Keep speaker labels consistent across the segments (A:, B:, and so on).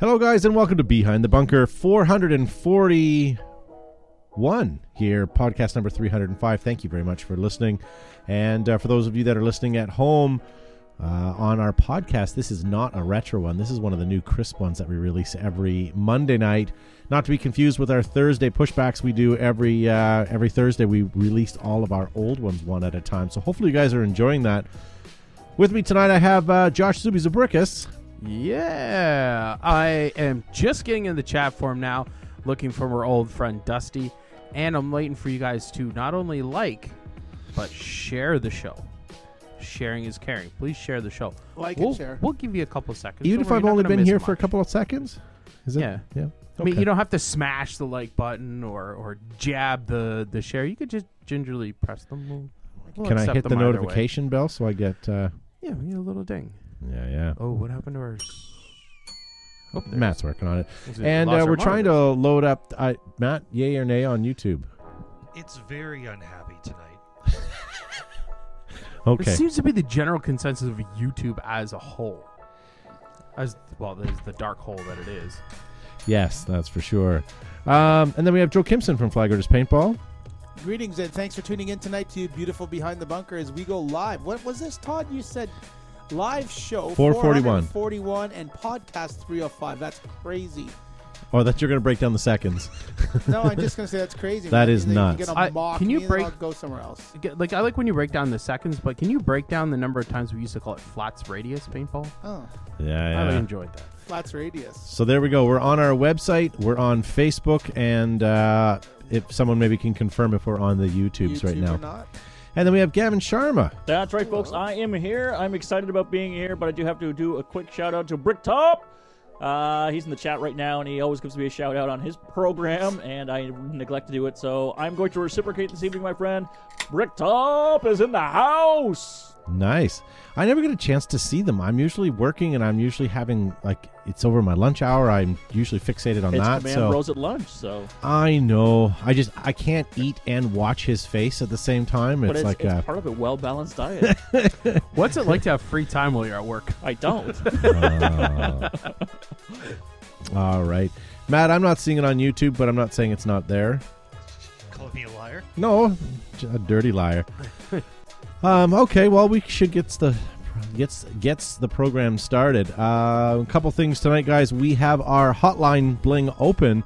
A: Hello, guys, and welcome to Behind the Bunker 441 here, podcast number 305. Thank you very much for listening. And uh, for those of you that are listening at home uh, on our podcast, this is not a retro one. This is one of the new crisp ones that we release every Monday night. Not to be confused with our Thursday pushbacks we do every uh, every Thursday. We released all of our old ones one at a time. So hopefully you guys are enjoying that. With me tonight, I have uh, Josh Zuby Zabrickus.
B: Yeah, I am just getting in the chat form now, looking for our old friend Dusty, and I'm waiting for you guys to not only like, but share the show. Sharing is caring. Please share the show.
C: Like
B: we'll,
C: and share.
B: We'll give you a couple seconds.
A: Even
B: Don't
A: if
B: worry,
A: I've
B: you're not
A: only
B: gonna
A: been
B: miss
A: here for a
B: much.
A: couple of seconds? Is it?
B: Yeah.
A: Yeah.
B: I mean,
A: Okay.
B: you don't have to smash the like button or or jab the the share. You could just gingerly press them. We'll, we'll
A: Can I
B: accept
A: hit the
B: them either way.
A: notification bell so I get. Uh,
B: Yeah, we need a little ding.
A: yeah, yeah.
B: Oh, what happened to our? s- Oh, there it
A: Matt's working on it.
B: is.
A: And
B: Lost
A: uh,
B: our
A: we're trying
B: monitor.
A: to load up. I, Matt, yay or nay on YouTube.
D: It's very unhappy tonight.
A: Okay.
B: It seems to be the general consensus of YouTube as a whole. As well, there's the dark hole that it is.
A: Yes, that's for sure. Um, and then we have Joe Kimson from Flaggers Paintball.
C: Greetings and thanks for tuning in tonight to Beautiful Behind the Bunker as we go live. What was this, Todd? You said live show
A: 441.
C: 441 and podcast 305. That's crazy.
A: Oh, that you're going to break down the seconds.
C: No, I'm just going to say that's crazy.
A: That
C: man.
A: is
C: Either you
A: nuts.
C: Gonna
B: I-
C: mock
B: can you
C: me and then
B: break-
C: I'll go somewhere else.
B: G- Like I like when you break down the seconds, but can you break down the number of times we used to call it flats radius paintball?
C: Oh,
A: Yeah,
B: I
A: yeah.
B: really enjoyed that.
C: flats radius.
A: So there we go. We're on our website. We're on Facebook, and uh, if someone maybe can confirm if we're on the YouTubes right
C: YouTube
A: now.
C: Or not.
A: And then we have Gavin Sharma.
E: That's right, folks. I am here. I'm excited about being here, but I do have to do a quick shout out to Bricktop. Uh, he's in the chat right now, and he always gives me a shout out on his program, and I neglect to do it, so I'm going to reciprocate this evening, my friend. Bricktop is in the house.
A: Nice. I never get a chance to see them. I'm usually working, and I'm usually having like it's over my lunch hour. I'm usually fixated on
E: It's
A: that.
E: Command
A: so
E: Rose at lunch, so
A: I know. I just I can't eat and watch his face at the same time. It's,
E: but it's,
A: like
E: it's
A: uh,
E: part of a well balanced diet.
B: What's it like to have free time while you're at work?
E: I don't.
A: all right, Matt. I'm not seeing it on YouTube, but I'm not saying it's not there.
D: Call me a liar.
A: No, j- a dirty liar. um, okay, well we should get the gets gets the program started. Uh, a couple things tonight, guys. We have our hotline bling open.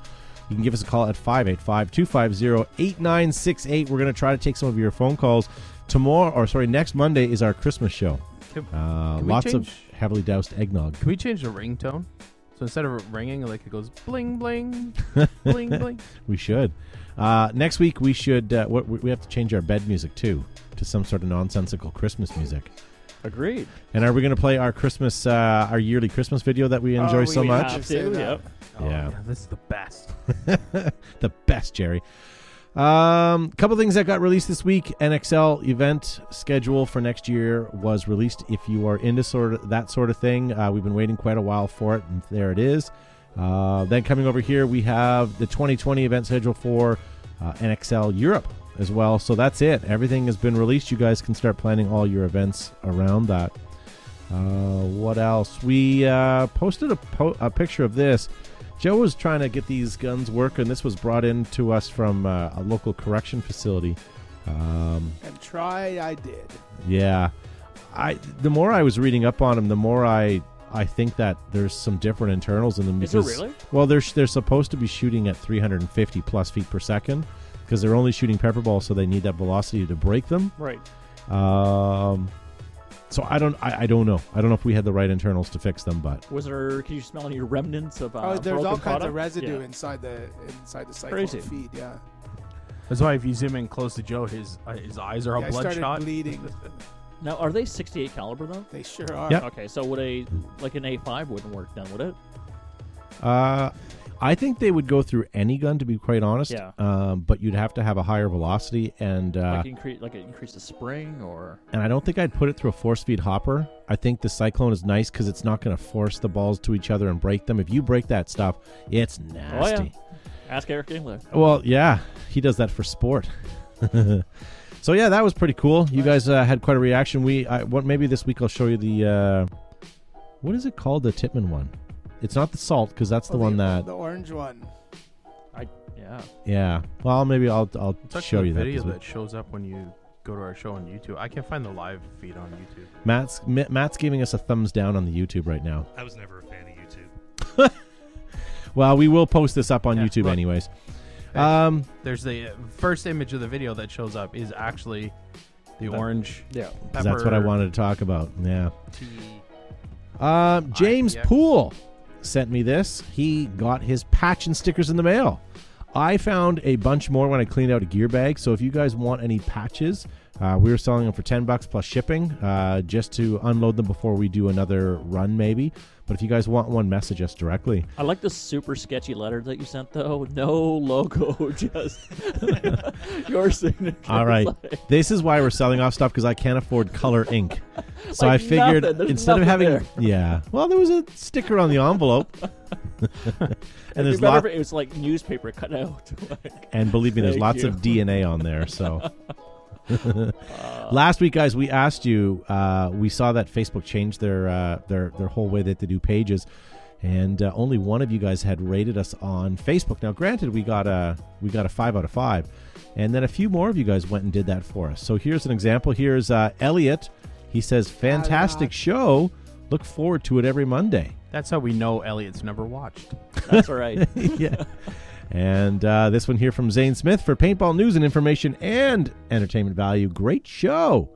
A: You can give us a call at 585-250-8968. We're going to try to take some of your phone calls. Tomorrow, or sorry, next Monday is our Christmas show.
B: Can,
A: Uh,
B: Can we
A: lots of
B: change-
A: heavily doused eggnog.
B: can we change the ringtone? So instead of it ringing, like it goes bling bling, bling bling.
A: We should. Uh, next week we should. Uh, what, we have to change our bed music too to some sort of nonsensical Christmas music.
E: Agreed.
A: And are we going to play our Christmas, uh, our yearly Christmas video that we enjoy
C: Oh,
A: so
C: we
A: much?
C: have
E: Uh, Have
C: to,
E: to,
C: yeah.
E: yep.
A: Yeah.
B: Oh, this is the best.
A: the best, Jerry. Um, couple things that got released this week. NXL event schedule for next year was released. If you are into sort of that sort of thing, uh, we've been waiting quite a while for it, and there it is. Uh, then coming over here, we have the 2020 event schedule for uh, NXL Europe as well. So that's it. Everything has been released. You guys can start planning all your events around that. Uh, what else? We uh, posted a, po- a picture of this. Joe was trying to get these guns working. This was brought in to us from uh, a local correction facility. Um,
C: And try I did.
A: yeah, I the more I was reading up on them, the more I I think that there's some different internals in them.
E: Is there
A: because-
E: really?
A: Well, they're they're supposed to be shooting at 350 plus feet per second because they're only shooting pepper balls, so they need that velocity to break them.
E: Right.
A: Um, so I don't I, I don't know I don't know if we had the right internals to fix them, but
E: Was there? Can you smell any remnants of? Uh,
C: oh, there's
E: broken
C: all kinds
E: product?
C: of residue
E: Yeah.
C: inside the inside the cyclone
E: Crazy.
C: feed. Yeah,
B: That's why if you zoom in close to Joe, his uh, his eyes are all
C: yeah I started
B: bloodshot.
C: bleeding.
E: Now, are they 68 caliber though?
C: They sure are.
A: Yep.
E: Okay, so would a like an A5 wouldn't work then, would it?
A: Uh, I think they would go through any gun, to be quite honest.
E: Yeah.
A: Um, but you'd have to have a higher velocity, and uh,
E: like increase like increase the spring or
A: and I don't think I'd put it through a force feed hopper. I think the cyclone is nice because it's not going to force the balls to each other and break them. If you break that stuff, it's nasty.
E: Oh, ask Eric Engler.
A: Well, yeah, he does that for sport. so yeah, that was pretty cool. You guys uh, had quite a reaction. We I, what maybe this week I'll show you the uh, what is it called the Titman one. It's not the salt because that's the
C: Oh,
A: one that.
C: the orange one.
E: Yeah.
A: Yeah. Well, maybe I'll I'll
B: It's
A: show you that.
B: video
A: this week.
B: that shows up when you go to our show on YouTube. I can find the live feed on YouTube.
A: Matt's Ma- Matt's giving us a thumbs down on the YouTube right now.
D: I was never a fan of YouTube.
A: Well, we will post this up on
B: Yeah,
A: YouTube
B: look.
A: anyways. Um,
B: There's the uh, first image of the video that shows up is actually the orange.
E: Yeah.
A: 'cause that's what I wanted to talk about. Yeah.
B: Tea.
A: Um, James
B: IPX.
A: Poole sent me this. He got his patch and stickers in the mail. I found a bunch more when I cleaned out a gear bag. So if you guys want any patches, uh, we were selling them for ten bucks plus shipping, uh, just to unload them before we do another run, maybe. But if you guys want one, message us directly.
E: I like the super sketchy letter that you sent though. No logo, just your signature.
A: All right.
E: Like,
A: This is why we're selling off stuff because I can't afford color ink. So
E: Like
A: I figured
E: nothing. There's
A: instead of
E: nothing
A: having
E: there.
A: yeah, well there was a sticker on the envelope, and
E: it'd
A: there's
E: be better
A: lot,
E: if it was like newspaper cut out. like,
A: and believe me, there's
E: Thank
A: lots
E: you. Uh,
A: of DNA on there. So last week, guys, we asked you. Uh, we saw that Facebook changed their uh, their their whole way that they do pages, and uh, only one of you guys had rated us on Facebook. Now, granted, we got a we got a five out of five, and then a few more of you guys went and did that for us. So here's an example. Here's uh, Elliot. He says, "Fantastic show. Look forward to it every Monday."
B: That's how we know Elliot's never watched.
E: that's all right.
A: yeah. And uh, this one here from Zane Smith for paintball news and information and entertainment value. Great show.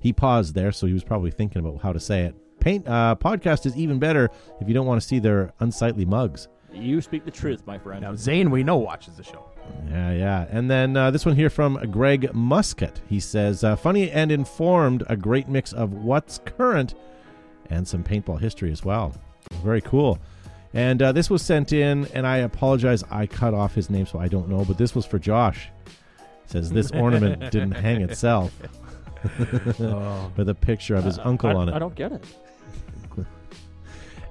A: He paused there, so he was probably thinking about how to say it. Paint uh, podcast is even better if you don't want to see their unsightly mugs.
E: You speak the truth, my friend.
B: Now Zane, we know watches the show.
A: Yeah, yeah. And then uh, this one here from Greg Muscat. He says, uh, funny and informed, a great mix of what's current and some paintball history as well. Very cool. And uh, this was sent in, and I apologize, I cut off his name, so I don't know, but this was for Josh. Says, this ornament didn't hang itself
B: Oh.
A: with a picture of his uncle
E: I,
A: on it.
E: I don't get it.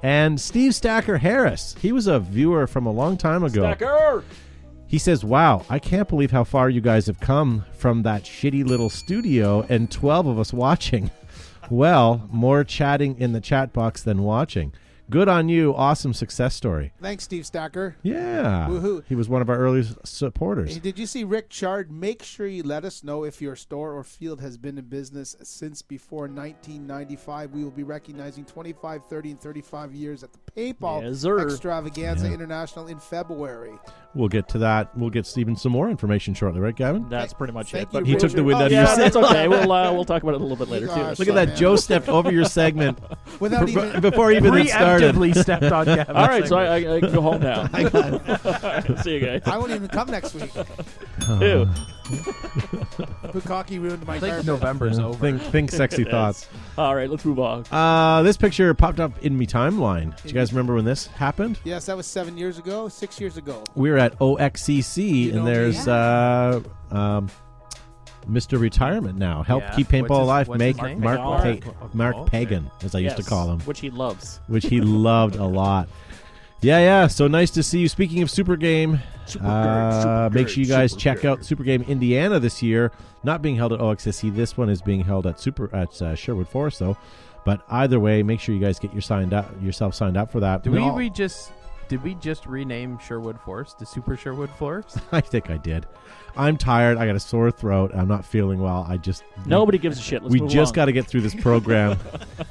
A: And Steve Stacker Harris, he was a viewer from a long time ago.
E: Stacker!
A: He says, Wow, I can't believe how far you guys have come from that shitty little studio and 12 of us watching. Well, more chatting in the chat box than watching. Good on you. Awesome success story.
C: Thanks, Steve Stacker.
A: Yeah.
C: Woohoo.
A: He was one of our earliest
C: Hey,
A: supporters.
C: Did you see Rick Chard? Make sure you let us know if your store or field has been in business since before 1995. We will be recognizing 25, 30, and 35 years at the Paintball
E: Yes, sir.
C: Extravaganza
A: Yeah.
C: International in February.
A: We'll get to that. We'll get Stephen some more information shortly, right, Gavin?
E: That's pretty much
C: Thank
E: it.
C: you,
E: But
A: He took the
C: Richard.
A: wind
C: Oh,
A: out of your
E: yeah,
A: sail.
E: that's okay. We'll uh, we'll talk about it a little bit later
C: Gosh.
E: too.
A: Look at that. Joe stepped over your segment
C: Without
A: before-
C: even.
A: before even it started.
B: Preemptively stepped on Gavin.
E: All right, so I, I, I can go home now. See you guys.
C: I won't even come next week.
E: Ew.
C: Bukaki ruined my
B: think
C: carpet.
B: November's over.
A: Think, think sexy
E: Yes.
A: thoughts.
E: All right, let's move on.
A: Uh, this picture popped up in me timeline. Do you guys remember when this happened?
C: Yes, that was seven years ago, six years ago.
A: We were at OXCC,
C: You know
A: and there's
C: me.
A: uh, um, Mr. Retirement now. Help
B: Yeah.
A: keep paintball alive.
B: What's his- what's
A: Make
B: his name?
A: Mark
E: Mark
A: Pa-
B: Pagan.
A: Mark
B: Oh, okay.
A: Pagan, as I used to
E: Yes,
A: call him,
E: which he loves.
A: which he loved a lot. Yeah, yeah. So nice to see you. Speaking of Super Game, uh, make sure you guys check out Super Game Indiana this year. Not being held at OXSC. This one is being held at Super at uh, Sherwood Forest, though. But either way, make sure you guys get your signed up yourself signed up for that.
B: Do we,
A: all-
B: we just did we just rename Sherwood Forest to Super Sherwood Forest?
A: I think I did. I'm tired. I got a sore throat. I'm not feeling well. I just
E: Nobody gives a shit. Let's
A: we
E: move
A: just
E: along.
A: got to get through this program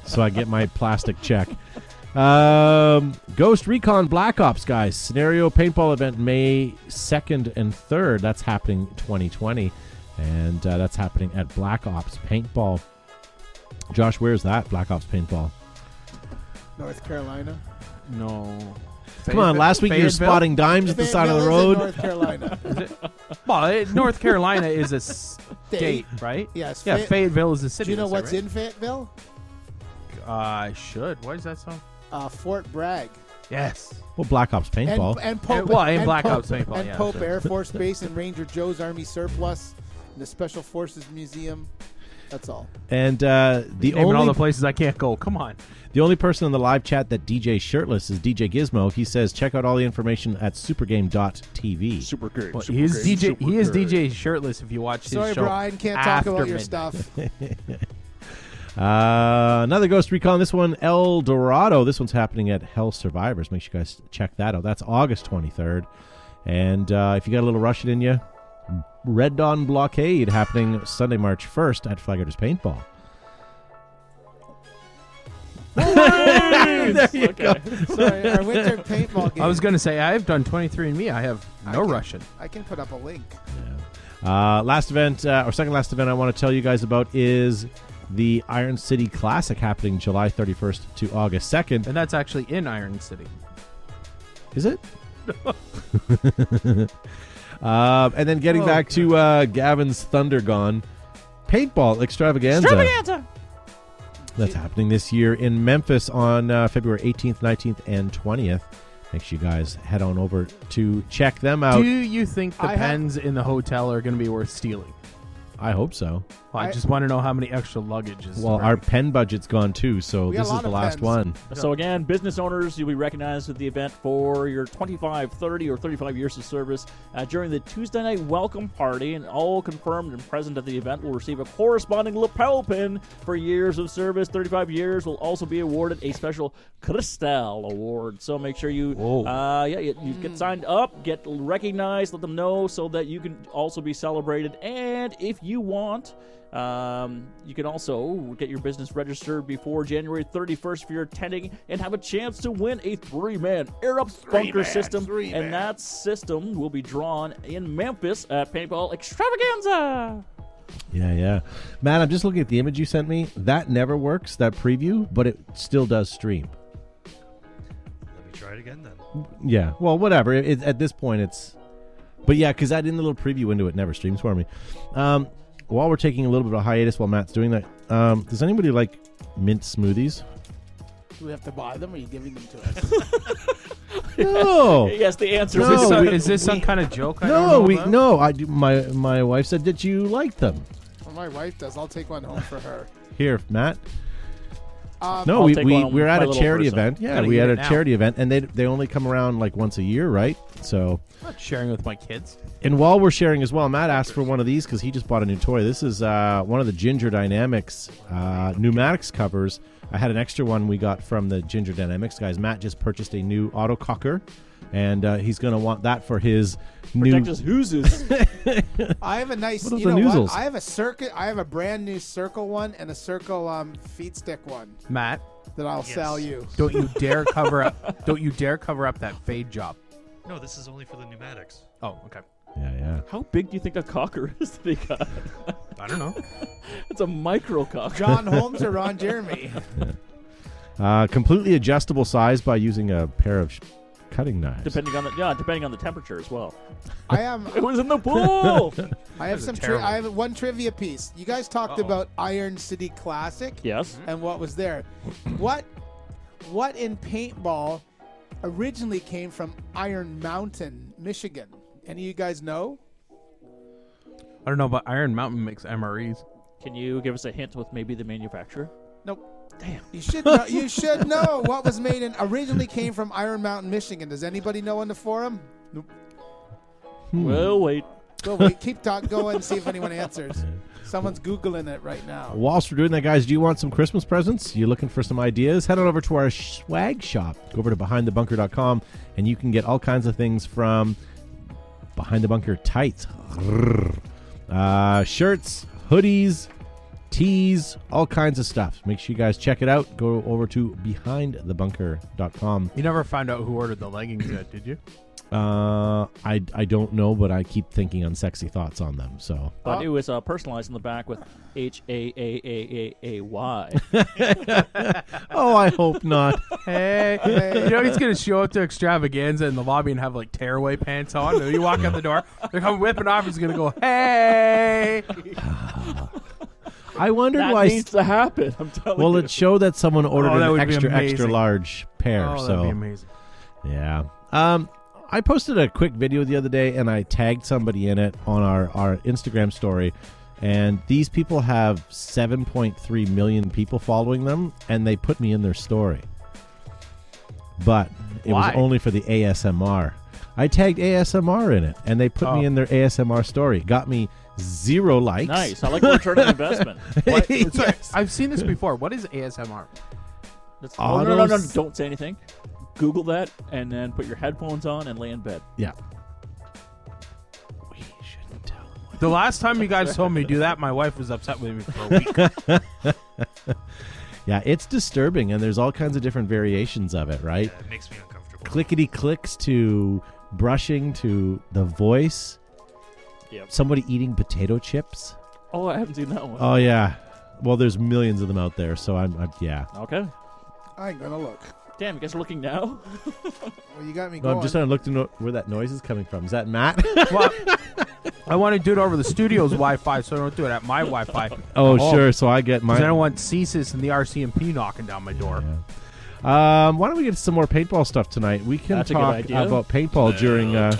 A: so I get my plastic check. Um, Ghost Recon Black Ops, guys. Scenario paintball event May 2nd and 3rd. That's happening 2020. And uh, that's happening at Black Ops Paintball. Josh, where's that? Black Ops Paintball.
C: North Carolina.
B: No.
A: Come on, last week you were spotting dimes at the side of the
C: Fayetteville
A: road.
C: is in North Carolina.
B: Well, it- North Carolina is a state, right?
C: Yes.
B: Yeah,
C: Fay-
B: Fayetteville is a
C: Do
B: city.
C: you know
B: is that
C: what's
B: right?
C: in Fayetteville?
B: Uh, I should. Why is that so?
C: Uh, Fort Bragg.
B: Yes.
A: Well, Black Ops
C: and,
A: Paintball.
C: and Pope,
B: And- well, and Black
C: Pope-
B: Ops paintball,
C: and
B: yeah,
C: Pope
B: that's right.
C: Air Force Base and Ranger Joe's Army Surplus and the Special Forces Museum. That's all.
A: And uh, the
B: Naming
A: only
B: all the places I can't go. Come on.
A: The only person in the live chat that DJ shirtless is DJ Gizmo. He says check out all the information at supergame.tv.
F: Super great.
B: Well,
F: super
B: he is
F: great,
B: DJ.
F: super
B: He is
F: great.
B: DJ shirtless. If you watch his
C: Sorry,
B: show,
C: Brian, can't talk
B: after
C: about your
B: midnight.
C: stuff.
A: Uh, another Ghost Recon. This one, El Dorado. This one's happening at Hell Survivors. Make sure you guys check that out. That's August 23rd. And uh, if you got a little Russian in you, Red Dawn Blockade happening Sunday, March 1st at Flagger's Paintball. there you go.
C: Sorry, our winter paintball game.
B: I was going to say, I've done 23andMe. I have no
C: can-
B: Russian.
C: I can put up a link.
A: Uh, last event, uh, or second last event, I want to tell you guys about is the Iron City Classic happening July 31st to August 2nd.
B: And that's actually in Iron City.
A: Is it? uh, and then getting
B: Oh,
A: back to uh, Gavin's Thunder Gone paintball extravaganza. That's happening this year in Memphis on uh, February 18th, 19th, and 20th. Make sure you guys head on over to check them out.
B: Do you think the
C: I have-
B: pens in the hotel are going to be worth stealing?
A: I hope so.
B: Well, I,
C: I-
B: just want to know how many extra luggage is.
A: Well, our pen budget's gone too, so
C: We got
A: this is
C: a lot
A: the
C: of
A: last
C: pens.
A: one.
E: So again, business owners, you'll be recognized at the event for your 25, 30, or 35 years of service uh, during the Tuesday night welcome party, and all confirmed and present at the event will receive a corresponding lapel pin for years of service. 35 years will also be awarded a special Cristal Award. So make sure you,
B: Whoa.
E: uh, yeah, you, you get signed up, get recognized, let them know so that you can also be celebrated, and if you want. Um, you can also get your business registered before January 31st if you're attending and have a chance to win a three man Air Up bunker system. and that system will be drawn in Memphis at Paintball Extravaganza.
A: Yeah, yeah. Matt, I'm just looking at the image you sent me. That never works, that preview, but it still does stream.
D: Let me try it again then.
A: Yeah. Well, whatever. It, it- at this point, it's. But yeah, because that in the little preview window, it never streams for me. Um, while we're taking a little bit of a hiatus while Matt's doing that, um, does anybody like mint smoothies?
C: Do we have to buy them, or are you giving them to us?
A: No.
E: Yes, the answer uh,
B: is
A: No,
B: this, some,
A: we-
B: is this some kind of joke? I don't
A: No,
B: know
A: we
B: about?
A: no. I do, my my wife said that you like them.
C: well, my wife does. I'll take one home for her.
A: Here, Matt.
C: Um,
A: No,
E: I'll
A: we
E: take
A: we
E: one on
A: we're at
E: my
A: a
E: little
A: charity
E: person.
A: event. Yeah,
B: Gotta
A: we
B: eat
A: had
B: it
A: a
B: now.
A: charity event, and they they only come around like once a year, right? So.
B: I'm not sharing with my kids.
A: And while we're sharing as well, Matt asked for one of these because he just bought a new toy. This is uh, one of the Ginger Dynamics uh, pneumatics covers. I had an extra one we got from the Ginger Dynamics guys. Matt just purchased a new autococker, and uh, he's going to want that for his new.
E: Protect us, who's is.
C: I have a nice.
A: What are
C: you
A: the
C: know
A: noozles?
C: what? I have a circuit. I have a brand new circle one and a circle um, feet stick one
B: Matt,
C: that I'll
D: Yes.
C: sell you.
B: don't you dare cover up! Don't you dare cover up that fade job.
D: No, this is only for the pneumatics.
B: Oh, okay.
A: Yeah, yeah.
E: How big do you think a cocker is that they got?
B: I don't know.
E: It's a micro cocker.
C: John Holmes or Ron Jeremy?
A: Uh, completely adjustable size by using a pair of sh- cutting knives.
E: Depending on the yeah, depending on the temperature as well.
C: I am.
E: It was in the pool.
C: I have
B: Those are
C: some. Tri-
B: terrible.
C: I have one trivia piece. You guys talked
B: Uh-oh.
C: about Iron City Classic.
E: yes.
C: and what was there. What what in paintball originally came from Iron Mountain, Michigan? Any of you guys know?
B: I don't know, but Iron Mountain makes MREs.
E: Can you give us a hint with maybe the manufacturer?
C: Nope.
E: Damn.
C: You should know, you should know what was made in originally came from Iron Mountain, Michigan. Does anybody know on the forum?
A: Hmm.
E: Well, wait.
C: Go wait, keep talk go and see if anyone answers. Someone's googling it right now.
A: Whilst we're doing that, guys, do you want some Christmas presents? You looking for some ideas? Head on over to our swag shop. Go over to behindthebunker.com and you can get all kinds of things from Behind the Bunker tights, uh, shirts, hoodies, tees, all kinds of stuff. Make sure you guys check it out. Go over to behindthebunker.com.
B: You never found out who ordered the leggings yet, did you?
A: Uh, I, I don't know, but I keep thinking unsexy thoughts on them. So
E: But
C: Oh.
E: it was uh, personalized in the back with H A A A A A Y.
A: Oh, I hope not.
B: Hey, you know he's gonna show up to extravaganza in the lobby and have like tearaway pants on. And you walk out the door, they're coming whipping off. He's gonna go, hey.
A: I wondered
E: that
A: why
E: needs to happen. I'm telling
A: Well,
E: you.
A: it showed that someone ordered
B: Oh, that
A: an
B: would be
A: extra extra
B: amazing.
A: large pair.
B: Oh, that'd be
A: so
B: amazing.
A: yeah, um, I posted a quick video the other day and I tagged somebody in it on our our Instagram story. And these people have 7.3 million people following them, and they put me in their story. But it
B: Why?
A: was only for the ASMR. I tagged ASMR in it, and they put
B: Oh.
A: me in their ASMR story. Got me zero likes.
E: Nice. I like the return on investment.
B: What-
A: Yes.
B: sorry, I've seen this before. What is ASMR?
E: That's, oh, no, no, no, no,
A: Autos-
E: Don't say anything. Google that and then put your headphones on and lay in bed.
A: Yeah.
B: The last time you guys told me to do that, my wife was upset with me for a week.
A: Yeah, it's disturbing, and there's all kinds of different variations of it, right?
D: Yeah, it makes me uncomfortable.
A: Clickety clicks to brushing to the voice.
E: Yep.
A: Somebody eating potato chips.
E: Oh, I haven't seen that one.
A: Oh yeah. Well, there's millions of them out there, so I'm, I'm yeah.
E: okay.
C: I ain't gonna look.
E: Damn, you guys are looking now?
C: Well, you got me
A: No,
C: going.
A: I'm just trying to look to know where that noise is coming from. Is that Matt?
B: Well, I want to do it over the studio's Wi-Fi, so I don't do it at my Wi-Fi. Because
A: oh,
B: Oh.
A: sure. So I get mine.
B: I don't want CSIS and the RCMP knocking down my door.
A: Yeah. Um, why don't we get some more paintball stuff tonight? We can
E: That's a good
A: talk
E: idea.
A: about paintball during. Uh,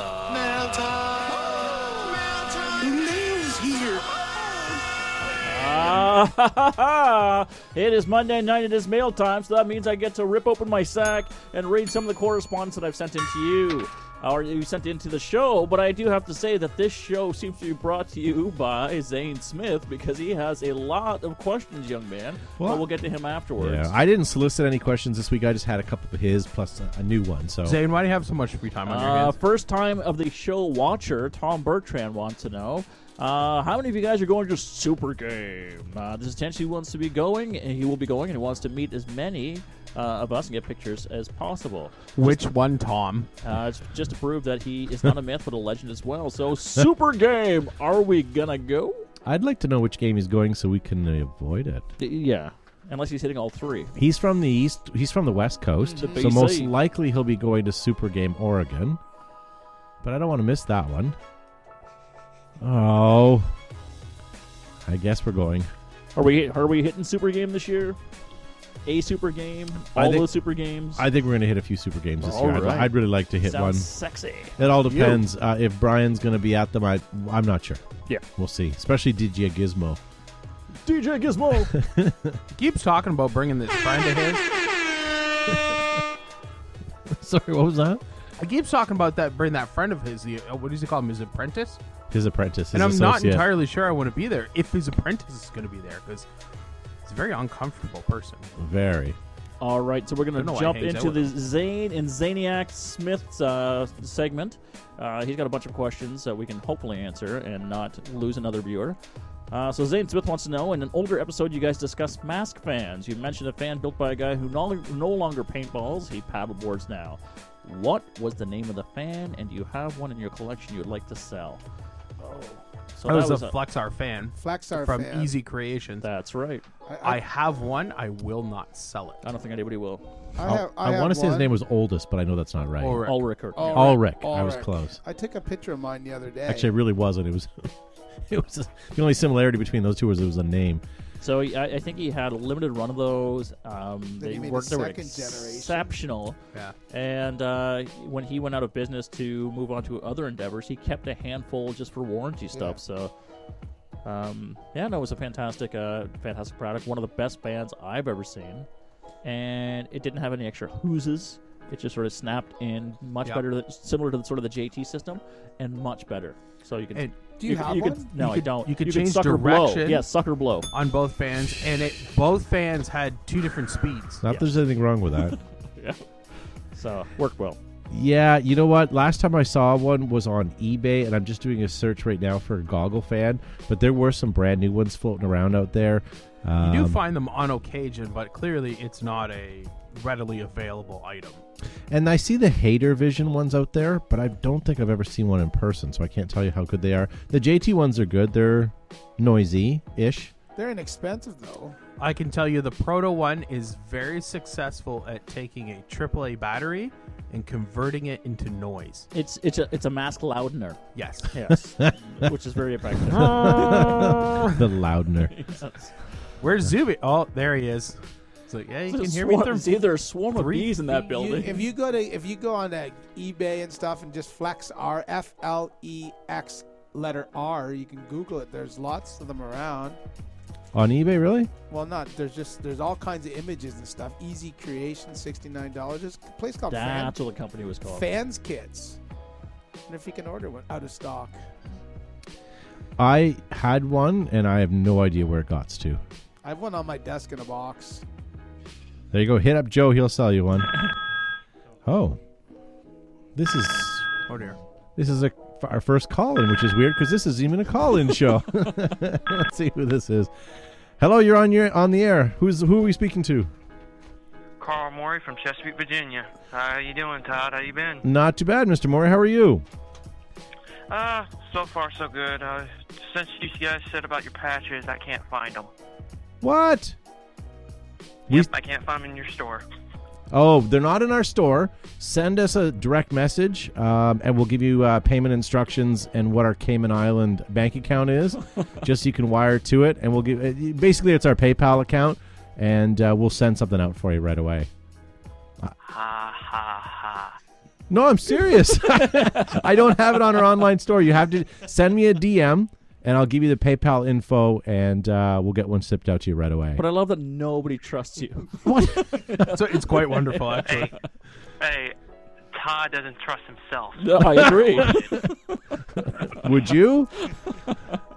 E: Ah, it is Monday night. It is mail time, so that means I get to rip open my sack and read some of the correspondence that I've sent in to you, or you sent into the show. But I do have to say that this show seems to be brought to you by Zane Smith because he has a lot of questions, young man.
A: Well-
E: but we'll get to him afterwards.
A: yeah. I didn't solicit any questions this week. I just had a couple of his plus a, a new one. So
B: Zane, why do you have so much free time on your
E: Uh,
B: hands?
E: first time of the show watcher, Tom Bertrand wants to know. Uh, how many of you guys are going to Super Game? Uh, this is Tenshi wants to be going, and he will be going, and he wants to meet as many uh, of us and get pictures as possible.
B: Which one, Tom?
E: Uh, it's just to prove that he is not a myth, but a legend as well. So, Super Game, are we gonna go?
A: I'd like to know which game he's going so we can avoid it.
E: Y- Yeah, unless he's hitting all three.
A: He's from the east. He's from the west coast,
E: The
A: so most
E: BC.
A: likely he'll be going to Super Game Oregon. But I don't want to miss that one. Oh, I guess we're going.
E: Are we? Are we hitting Super Game this year? A Super Game,
A: I
E: all
A: think-
E: those Super Games.
A: I think we're going to hit a few Super Games this year. I'd-
E: Alright.
A: I'd, really like to hit
E: Sounds sexy.
A: one. It all depends uh, if Brian's going to be at them. I I'm not sure.
E: Yeah.
A: we'll see. Especially DJ Gizmo.
E: DJ Gizmo.
B: He keeps talking about bringing this friend of his.
A: Sorry, what was that?
B: He keeps talking about that, bring that friend of his. The, uh, what does he call him? His apprentice?
A: His apprentice. His
B: and I'm not
A: associate.
B: entirely sure I want to be there if his apprentice is going to be there because he's a very uncomfortable person.
A: very.
E: All right, so we're going
B: Don't know
E: to
B: why
E: jump
B: I hangs out
E: into the
B: with
E: Zane and Zaniac Smith's uh, segment. Uh, he's got a bunch of questions that we can hopefully answer and not lose another viewer. Uh, so Zane Smith wants to know: In an older episode, you guys discussed mask fans. You mentioned a fan built by a guy who no, no longer paintballs; he paddleboards now. What was the name of the fan, and do you have one in your collection you would like to sell? Oh, so
B: I was,
E: that was
B: a Flexar fan
C: Flaxar
B: from
C: fan.
B: Easy Creations.
E: that's right.
B: I have one. I will not sell it.
E: I don't think anybody will.
C: I, have, I,
A: want to say his name
C: was.
A: was Oldest, but I know that's not right.
B: Ulrich.
E: Ulrich or
C: Ulrich.
A: Ulrich. I was
C: Ulrich.
A: close.
C: I took a picture of mine the other day.
A: Actually, it really wasn't. It was. It was the only similarity between those two was it was a name.
E: So I, I think he had a limited run of those. Um,
C: Then
E: they
C: he made a
E: were they were
C: second generation.
E: exceptional.
B: Yeah.
E: And uh, when he went out of business to move on to other endeavors, he kept a handful just for warranty stuff. So, um, yeah, no, it was a fantastic, uh, fantastic product. One of the best bands I've ever seen, and it didn't have any extra hooses. It just sort of snapped in much
B: Yeah.
E: better, than, similar to the, sort of the JT system, and much better. So you can.
B: And
C: Do you,
E: could-
C: have
E: could-
C: one?
E: no,
B: You
E: I
B: could-
E: don't.
B: you could
E: can
B: change
E: sucker Blow.
B: direction.
E: Yeah, sucker blow.
B: on both fans, and it both fans had two different speeds.
A: Not that there's anything wrong with that.
E: Yeah. So worked well.
A: yeah, you know what? Last time I saw one was on eBay, and I'm just doing a search right now for a goggle fan. But there were some brand new ones floating around out there. Um,
B: you do find them on occasion, but clearly it's not a readily available item.
A: and I see the Hater Vision ones out there, but I don't think I've ever seen one in person, so I can't tell you how good they are. The JT ones are good. They're noisy ish.
C: They're inexpensive though.
B: I can tell you the Proto one is very successful at taking a AAA battery and converting it into noise.
E: It's it's a it's a mask loudener.
B: Yes.
E: Yes, which is very effective.
A: The Loudner.
B: Where's Zuby? Oh, there he is. It's like, yeah, you can hear me through.
E: It's either a swarm of
B: three
E: bees in
C: You-
E: that building.
C: if you go to if you go on uh, eBay and stuff and just flex R F L E X letter R, you can Google it. There's lots of them around.
A: On eBay, really?
C: Well, not there's just there's all kinds of images and stuff. Easy Creation, sixty nine dollars. There's a place called Fan,
E: That's what the company was called.
C: Fans Kits. And if you can order one out of stock,
A: I had one, and I have no idea where it got to.
C: I have one on my desk in a box.
A: There you go. Hit up Joe; he'll sell you one. Oh, this is
B: Oh dear.
A: This is a, our first call-in, which is weird because this is even a call-in show. Let's see who this is. Hello, you're on your on the air. Who's who are we speaking to?
F: Carl Morey from Chesapeake, Virginia. How you doing, Todd? How you been?
A: Not too bad, Mr. Morey. How are you?
F: Uh, so far so good. Uh, since you guys said about your patches, I can't find them.
A: What? We-
F: Yep, I can't find them in your store.
A: Oh, they're not in our store. Send us a direct message, um, and we'll give you uh, payment instructions and what our Cayman Island bank account is, just so you can wire to it. And we'll give uh, basically it's our PayPal account, and uh, we'll send something out for you right away.
F: Ha ha ha.
A: No, I'm serious. I don't have it on our online store. You have to send me a DM, and I'll give you the PayPal info, and uh, we'll get one shipped out to you right away.
E: But I love that nobody trusts you.
B: So it's quite wonderful, actually.
F: Hey, hey, Todd doesn't trust himself.
E: No, I agree.
A: Would you?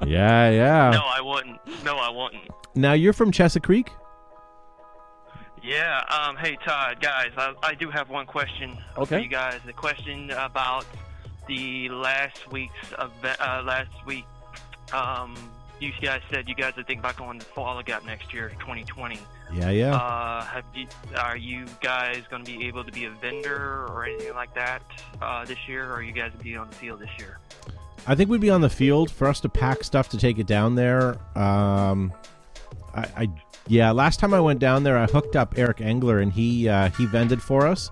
A: yeah, yeah.
F: No, I wouldn't. No, I wouldn't.
A: Now you're from Chesapeake.
F: Yeah. Um. Hey, Todd, guys, I, I do have one question for
E: Okay.
F: you guys. The question about the last week's event. Uh, last week, um, you guys said you guys are thinking about going to Fall Gap next year, 2020.
A: Yeah, yeah.
F: Uh, have you? Are you guys going to be able to be a vendor or anything like that uh, this year, or are you guys gonna be on the field this year?
A: I think we'd be on the field for us to pack stuff to take it down there. Um, I, I yeah, last time I went down there, I hooked up Eric Engler and he uh, he vended for us.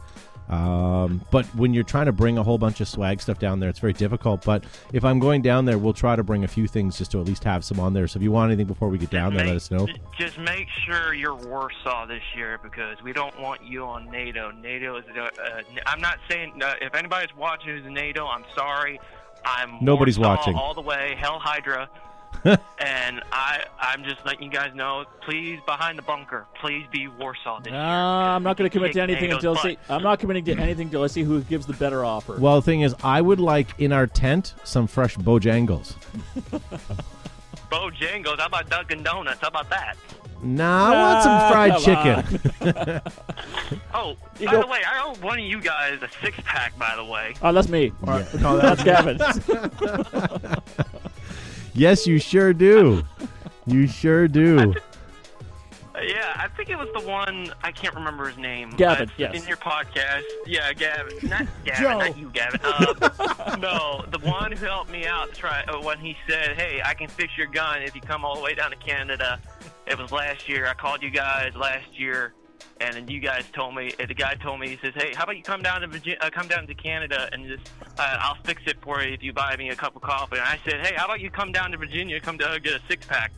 A: Um, but when you're trying to bring a whole bunch of swag stuff down there, it's very difficult. But if I'm going down there, we'll try to bring a few things just to at least have some on there. So if you want anything before we get down there,
F: Make-
A: let us know.
F: j- Just make sure you're Warsaw this year because we don't want you on NATO. NATO is. Uh, uh, I'm not saying uh, if anybody's watching who's in NATO, I'm sorry. I'm
A: Nobody's
F: Warsaw
A: watching.
F: all the way. Hell Hydra. and I, I'm just letting you guys know. Please, behind the bunker, please be Warsaw this
E: Uh,
F: year.
E: I'm not going to commit to
F: Kick
E: anything
F: NATO's
E: until I see.
F: butt.
E: I'm not committing to anything until I see who gives the better offer.
A: Well, the thing is, I would like in our tent some fresh Bojangles.
F: Bojangles. How about Dunkin' Donuts? How about that?
A: Nah, I want some
E: Ah,
A: fried
E: come
A: chicken.
F: Oh,
E: You
F: by
E: go-
F: the way, I owe one of you guys a six pack. By the way.
E: oh, that's me.
B: All right, no,
E: That's
B: that's
E: Gavin.
A: yes, you sure do. You sure do.
F: Uh, Yeah, I think it was the one. I can't remember his name.
E: Gavin,
F: Uh,
E: yes.
F: In your podcast, yeah, Gavin, not Gavin,
C: Joe.
F: not you, Gavin. Uh, no, the one who helped me out. Try uh, when he said, "Hey, I can fix your gun if you come all the way down to Canada." It was last year. I called you guys last year, and then you guys told me. uh, The guy told me he says, "Hey, how about you come down to Virginia, uh, come down to Canada, and just uh, I'll fix it for you if you buy me a cup of coffee." And I said, "Hey, how about you come down to Virginia, come to uh, get a six pack?"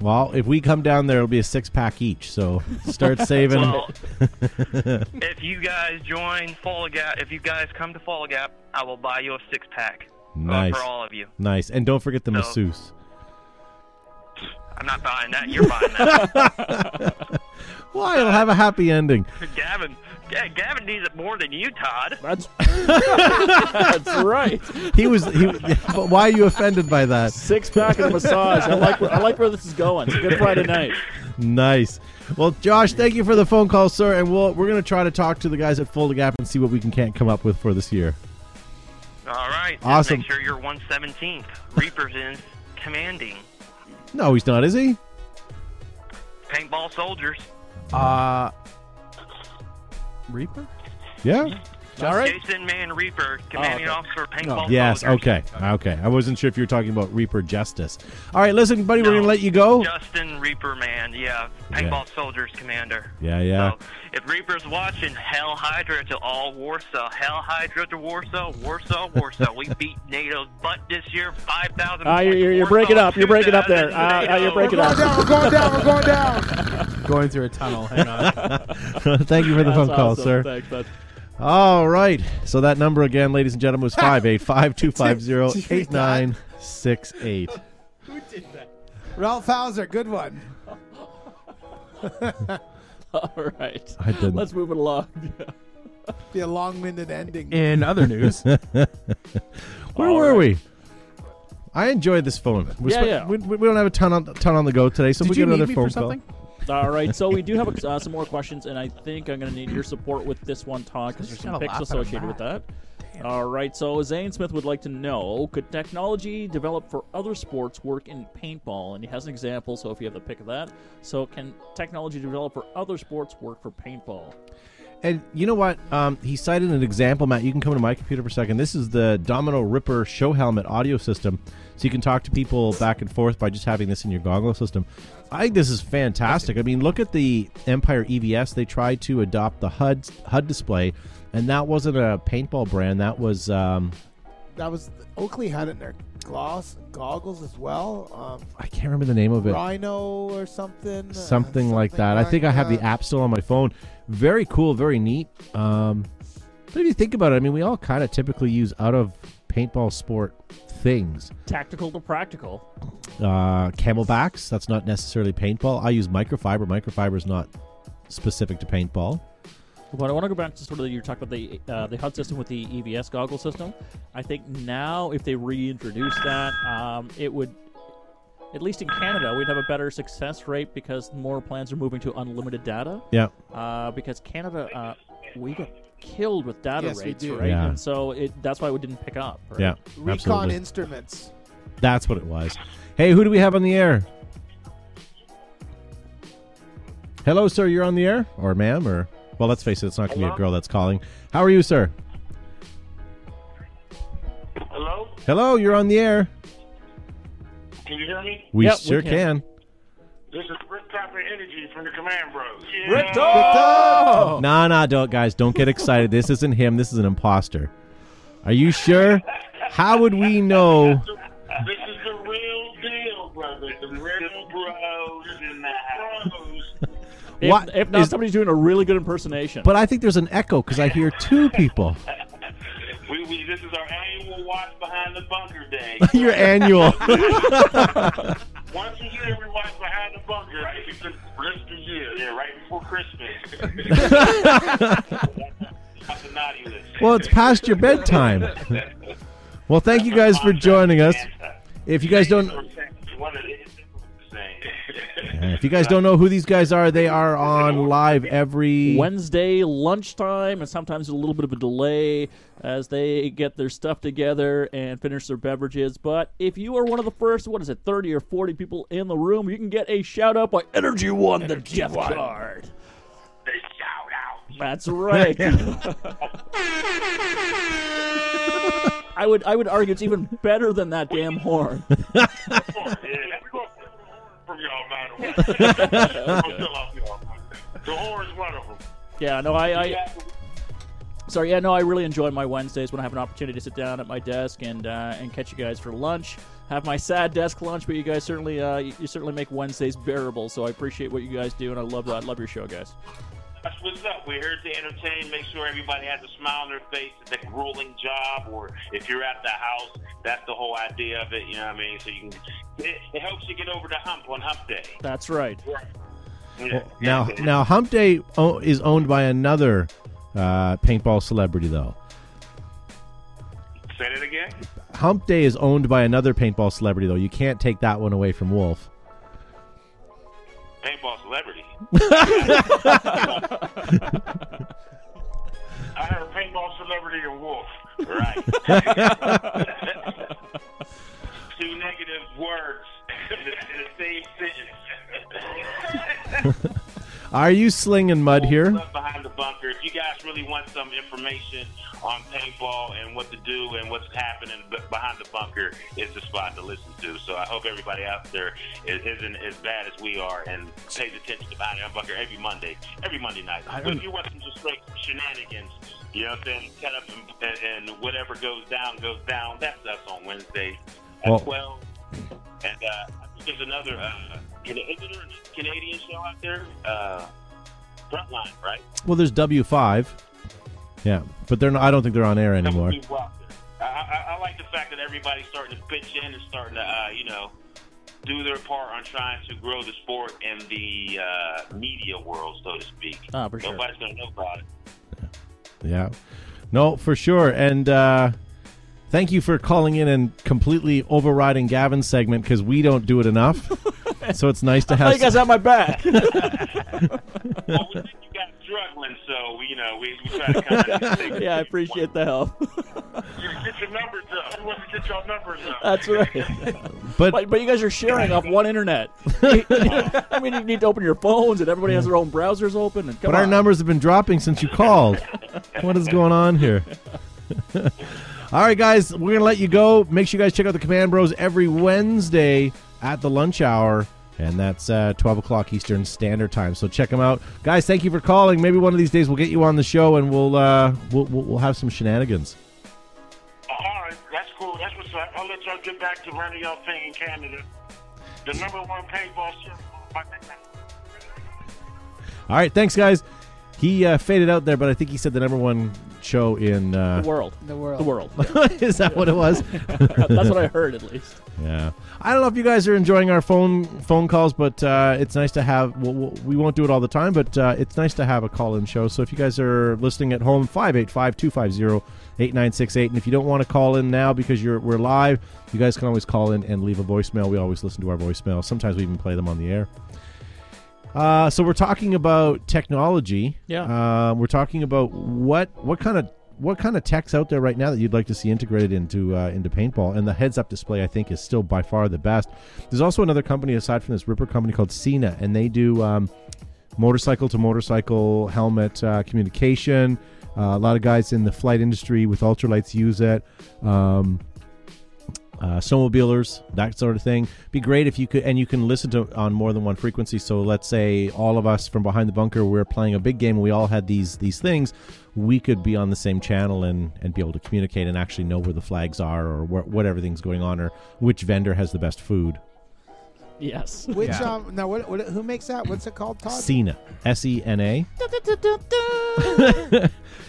A: Well, if we come down there, it'll be a six pack each. So start saving.
F: Well, if you guys join Fall Gap, if you guys come to Fall Gap, I will buy you a six pack
A: nice,
F: for all of you.
A: nice, and don't forget the
F: No.
A: masseuse.
F: I'm not buying that. You're buying that.
A: Well, it'll have a happy ending.
F: Gavin, yeah, Gavin needs it more than you, Todd.
E: That's that's right.
A: He was. He, but why are you offended by that?
E: Six pack and a massage. I like I like where this is going. It's a good Friday night.
A: Nice. Well, Josh, thank you for the phone call, sir. And we'll we're gonna try to talk to the guys at Fold Gap and see what we can can't come up with for this year.
F: All right. just
A: Awesome.
F: Make sure you're 117th. Reapers is commanding.
A: No, he's not, is he?
F: Paintball soldiers.
B: Uh, Reaper.
A: Yeah.
E: All right.
F: Jason Man Reaper, commanding
E: okay.
F: officer, paintball
A: Oh, Yes.
F: soldiers.
A: Okay. Okay. I wasn't sure if you were talking about Reaper Justice. All right. Listen, buddy, we're
F: No.
A: gonna let you go.
F: Justin Reaper Man, yeah,
A: Yeah.
F: paintball soldiers commander.
A: Yeah. Yeah.
F: So if Reaper's watching, Hell Hydra to all Warsaw. Hell Hydra to Warsaw. Warsaw, Warsaw. we beat NATO's butt this year. 5,000.
E: Ah, you're-
F: points.
E: you're- you're
F: Warsaw,
E: breaking up. You're breaking up there.
F: 2,000 to
E: Ah, ah, you're
F: NATO.
E: breaking
C: We're
E: up.
C: going down. We're going down. We're going down.
B: Going through a tunnel. Hang on.
A: thank you for the phone
E: That's
A: call,
E: awesome.
A: sir.
E: Thanks, bud.
A: All right. So that number again, ladies and gentlemen, was 585 250 8968.
C: Ralph Hauser, good one.
E: All right.
A: I didn't.
E: Let's move it along.
C: Be a long-winded ending.
B: In other news,
A: Where
E: All
A: were
E: right.
A: we? I enjoyed this phone. We're
E: Yeah,
A: sp-
E: yeah.
A: We, we don't have a ton on ton on the go today, so
B: Did
A: we
B: you
A: get
B: need
A: another
B: me
A: phone
B: for something?
A: call.
E: All right, so we do have uh, some more questions, and I think I'm going to need your support with this one, Todd, because there's
B: Just
E: some
B: gotta
E: picks
B: laugh at him
E: associated with that.
B: back.
E: All right, so Zane Smith would like to know: Could technology developed for other sports work in paintball? And he has an example, so if you have the pick of that, so can technology developed for other sports work for paintball?
A: And you know what? Um, he cited an example, Matt. You can come to my computer for a second. This is the Domino Ripper show helmet audio system, so you can talk to people back and forth by just having this in your goggle system. I think this is fantastic. I mean, look at the Empire EVS. They tried to adopt the HUD HUD display, and that wasn't a paintball brand. That was um,
C: That was Oakley had it in their gloss goggles as well. Um,
A: I can't remember the name of it.
C: Rhino or something. uh,
A: something like that. I think I have the
C: that.
A: app still on my phone. Very cool, very neat. Um, but if you think about it, I mean, we all kind of typically use out of paintball sport things.
E: Tactical to practical.
A: Uh, camelbacks, that's not necessarily paintball. I use microfiber. Microfiber is not specific to paintball.
E: But I want to go back to sort of you talked about the uh, the HUD system with the EVS goggle system. I think now if they reintroduce that, um, it would, at least in Canada, we'd have a better success rate because more plans are moving to unlimited data.
A: Yeah.
E: Uh, because Canada, uh, we got killed with data
C: Yes, we
E: rates,
C: do.
E: right?
A: Yeah.
E: And so it that's why we didn't pick up. Right?
A: Yeah.
C: Recon
A: absolutely.
C: instruments.
A: That's what it was. Hey, who do we have on the air? Hello, sir. You're on the air, or ma'am, or well, let's face it, it's not going to be a
F: Hello?
A: girl that's calling. How are you, sir?
F: Hello?
A: Hello, you're on the air.
F: Can you hear me?
A: We
E: Yep, we
A: sure can.
E: can.
F: This is Rick Copper Energy from the Command Bros. Yeah.
C: Oh.
A: No, no, don't guys, don't get excited. this isn't him. This is an imposter. Are you sure? How would we know?
F: This is the real deal, brother. The real bros in the house.
E: If,
A: What
E: if not,
A: is-
E: somebody's doing a really good impersonation.
A: But I think there's an echo because I hear two people.
F: we, we, this is our annual watch behind the bunker day.
A: Your annual.
F: Once a year, we watch behind the bunker. Right. It's the rest of the year. Yeah, right before Christmas. That's a naughty list.
A: well, it's past your bedtime. Well, thank you guys for joining us. If you guys don't,
F: One of the things.
A: if you guys don't know who these guys are, they are on live every
E: Wednesday lunchtime, and sometimes a little bit of a delay as they get their stuff together and finish their beverages. But if you are one of the first, what is it, 30 or 40 people in the room, you can get a shout out by Energy One, the Jeff Card.
F: They shout out.
E: That's right. I would I would argue it's even better than that damn horn.
F: Yeah, we gonna from y'all, man. I'm still off y'all. The horn's one of them.
E: Yeah, no, I, I
F: Yeah.
E: Sorry, yeah, no, I really enjoy my Wednesdays when I have an opportunity to sit down at my desk and uh, and catch you guys for lunch. Have my sad desk lunch, but you guys certainly uh, you, you certainly make Wednesdays bearable. So I appreciate what you guys do, and I love that. I love your show, guys.
F: That's what's up. We're here to entertain, make sure everybody has a smile on their face at the grueling job, or if you're at the house, that's the whole idea of it, you know what I mean? So you can, it, it helps you get over the hump on hump day.
E: That's right.
F: Yeah.
A: Well, now, now Hump Day o- is owned by another uh, paintball celebrity, though.
F: Say that again?
A: Hump Day is owned by another paintball celebrity, though. You can't take that one away from Wolf.
F: Paintball celebrity. I heard paintball celebrity and wolf. Right. Two negative words in the, in the same sentence.
A: Are you slinging mud here?
F: Stuff behind the bunker. If you guys really want some information on paintball and what to do and what's happening b- behind the bunker, is the spot to listen to. So I hope everybody out there is, isn't as bad as we are and pays attention to behind the bunker every Monday, every Monday night. But if you want some just like shenanigans, you know what I'm saying? Cut up and, and, and whatever goes down goes down. That's us on Wednesday at
A: Well-
F: twelve. And uh, I think there's another uh, Can- is there a Canadian show out there. Uh, Frontline, right?
A: Well, there's W five. Yeah, but they're not. I don't think they're on air
F: That
A: anymore.
F: would be rough. I, I, I like the fact that everybody's starting to pitch in and starting to, uh, you know, do their part on trying to grow the sport in the uh, media world, so to speak.
E: Ah, for sure.
F: Nobody's going to know about it.
A: Yeah, no, for sure. And uh, Thank you for calling in and completely overriding Gavin's segment because we don't do it enough. so it's nice to
E: Oh,
A: have.
E: you guys have my back.
G: well, we think you guys struggling, so we, you know we, we try to kind of. take-
E: yeah, I appreciate the help.
G: You get your numbers up. We want to get y'all numbers up.
E: That's right.
A: but
E: But, but you guys are sharing off one internet. I mean, you need to open your phones, and everybody has their own browsers open. And come
A: but our
E: on.
A: numbers have been dropping since you called. what is going on here? All right, guys, we're gonna let you go. Make sure you guys check out the Command Bros every Wednesday at the lunch hour, and that's uh, twelve o'clock Eastern Standard Time. So check them out, guys. Thank you for calling. Maybe one of these days we'll get you on the show, and we'll uh, we'll, we'll we'll have some shenanigans.
G: Uh, All right, that's cool. That's what's up. I'll let y'all get back to running y'all thing in Canada. The number one paintball service.
A: All right, thanks, guys. He uh, faded out there, but I think he said the number one show in. Uh,
E: the world.
C: The world.
E: The world.
A: is that what it was?
E: That's what I heard, at least.
A: Yeah, I don't know if you guys are enjoying our phone phone calls, but uh, it's nice to have. Well, well, we won't do it all the time, but uh, it's nice to have a call in show. So if you guys are listening at home, 585-250-8968. and if you don't want to call in now because you're we're live, you guys can always call in and leave a voicemail. We always listen to our voicemail. Sometimes we even play them on the air. Uh, so we're talking about technology.
E: Yeah.
A: Uh, we're talking about what what kind of what kind of tech's out there right now that you'd like to see integrated into uh, into paintball? And the heads up display, I think, is still by far the best. There's also another company aside from this Ripper company called Cena, and they do um, motorcycle to motorcycle helmet uh, communication. Uh, a lot of guys in the flight industry with ultralights use it. Um, uh, snowmobilers, that sort of thing. Be great if you could, and you can listen to on more than one frequency. So let's say all of us from behind the bunker we're playing a big game, and we all had these these things. We could be on the same channel and and be able to communicate and actually know where the flags are or wh- what everything's going on or which vendor has the best food.
E: Yes.
C: Which
B: Yeah.
C: um now what, what who makes that? What's it called? Todd.
A: Cena, S E N A.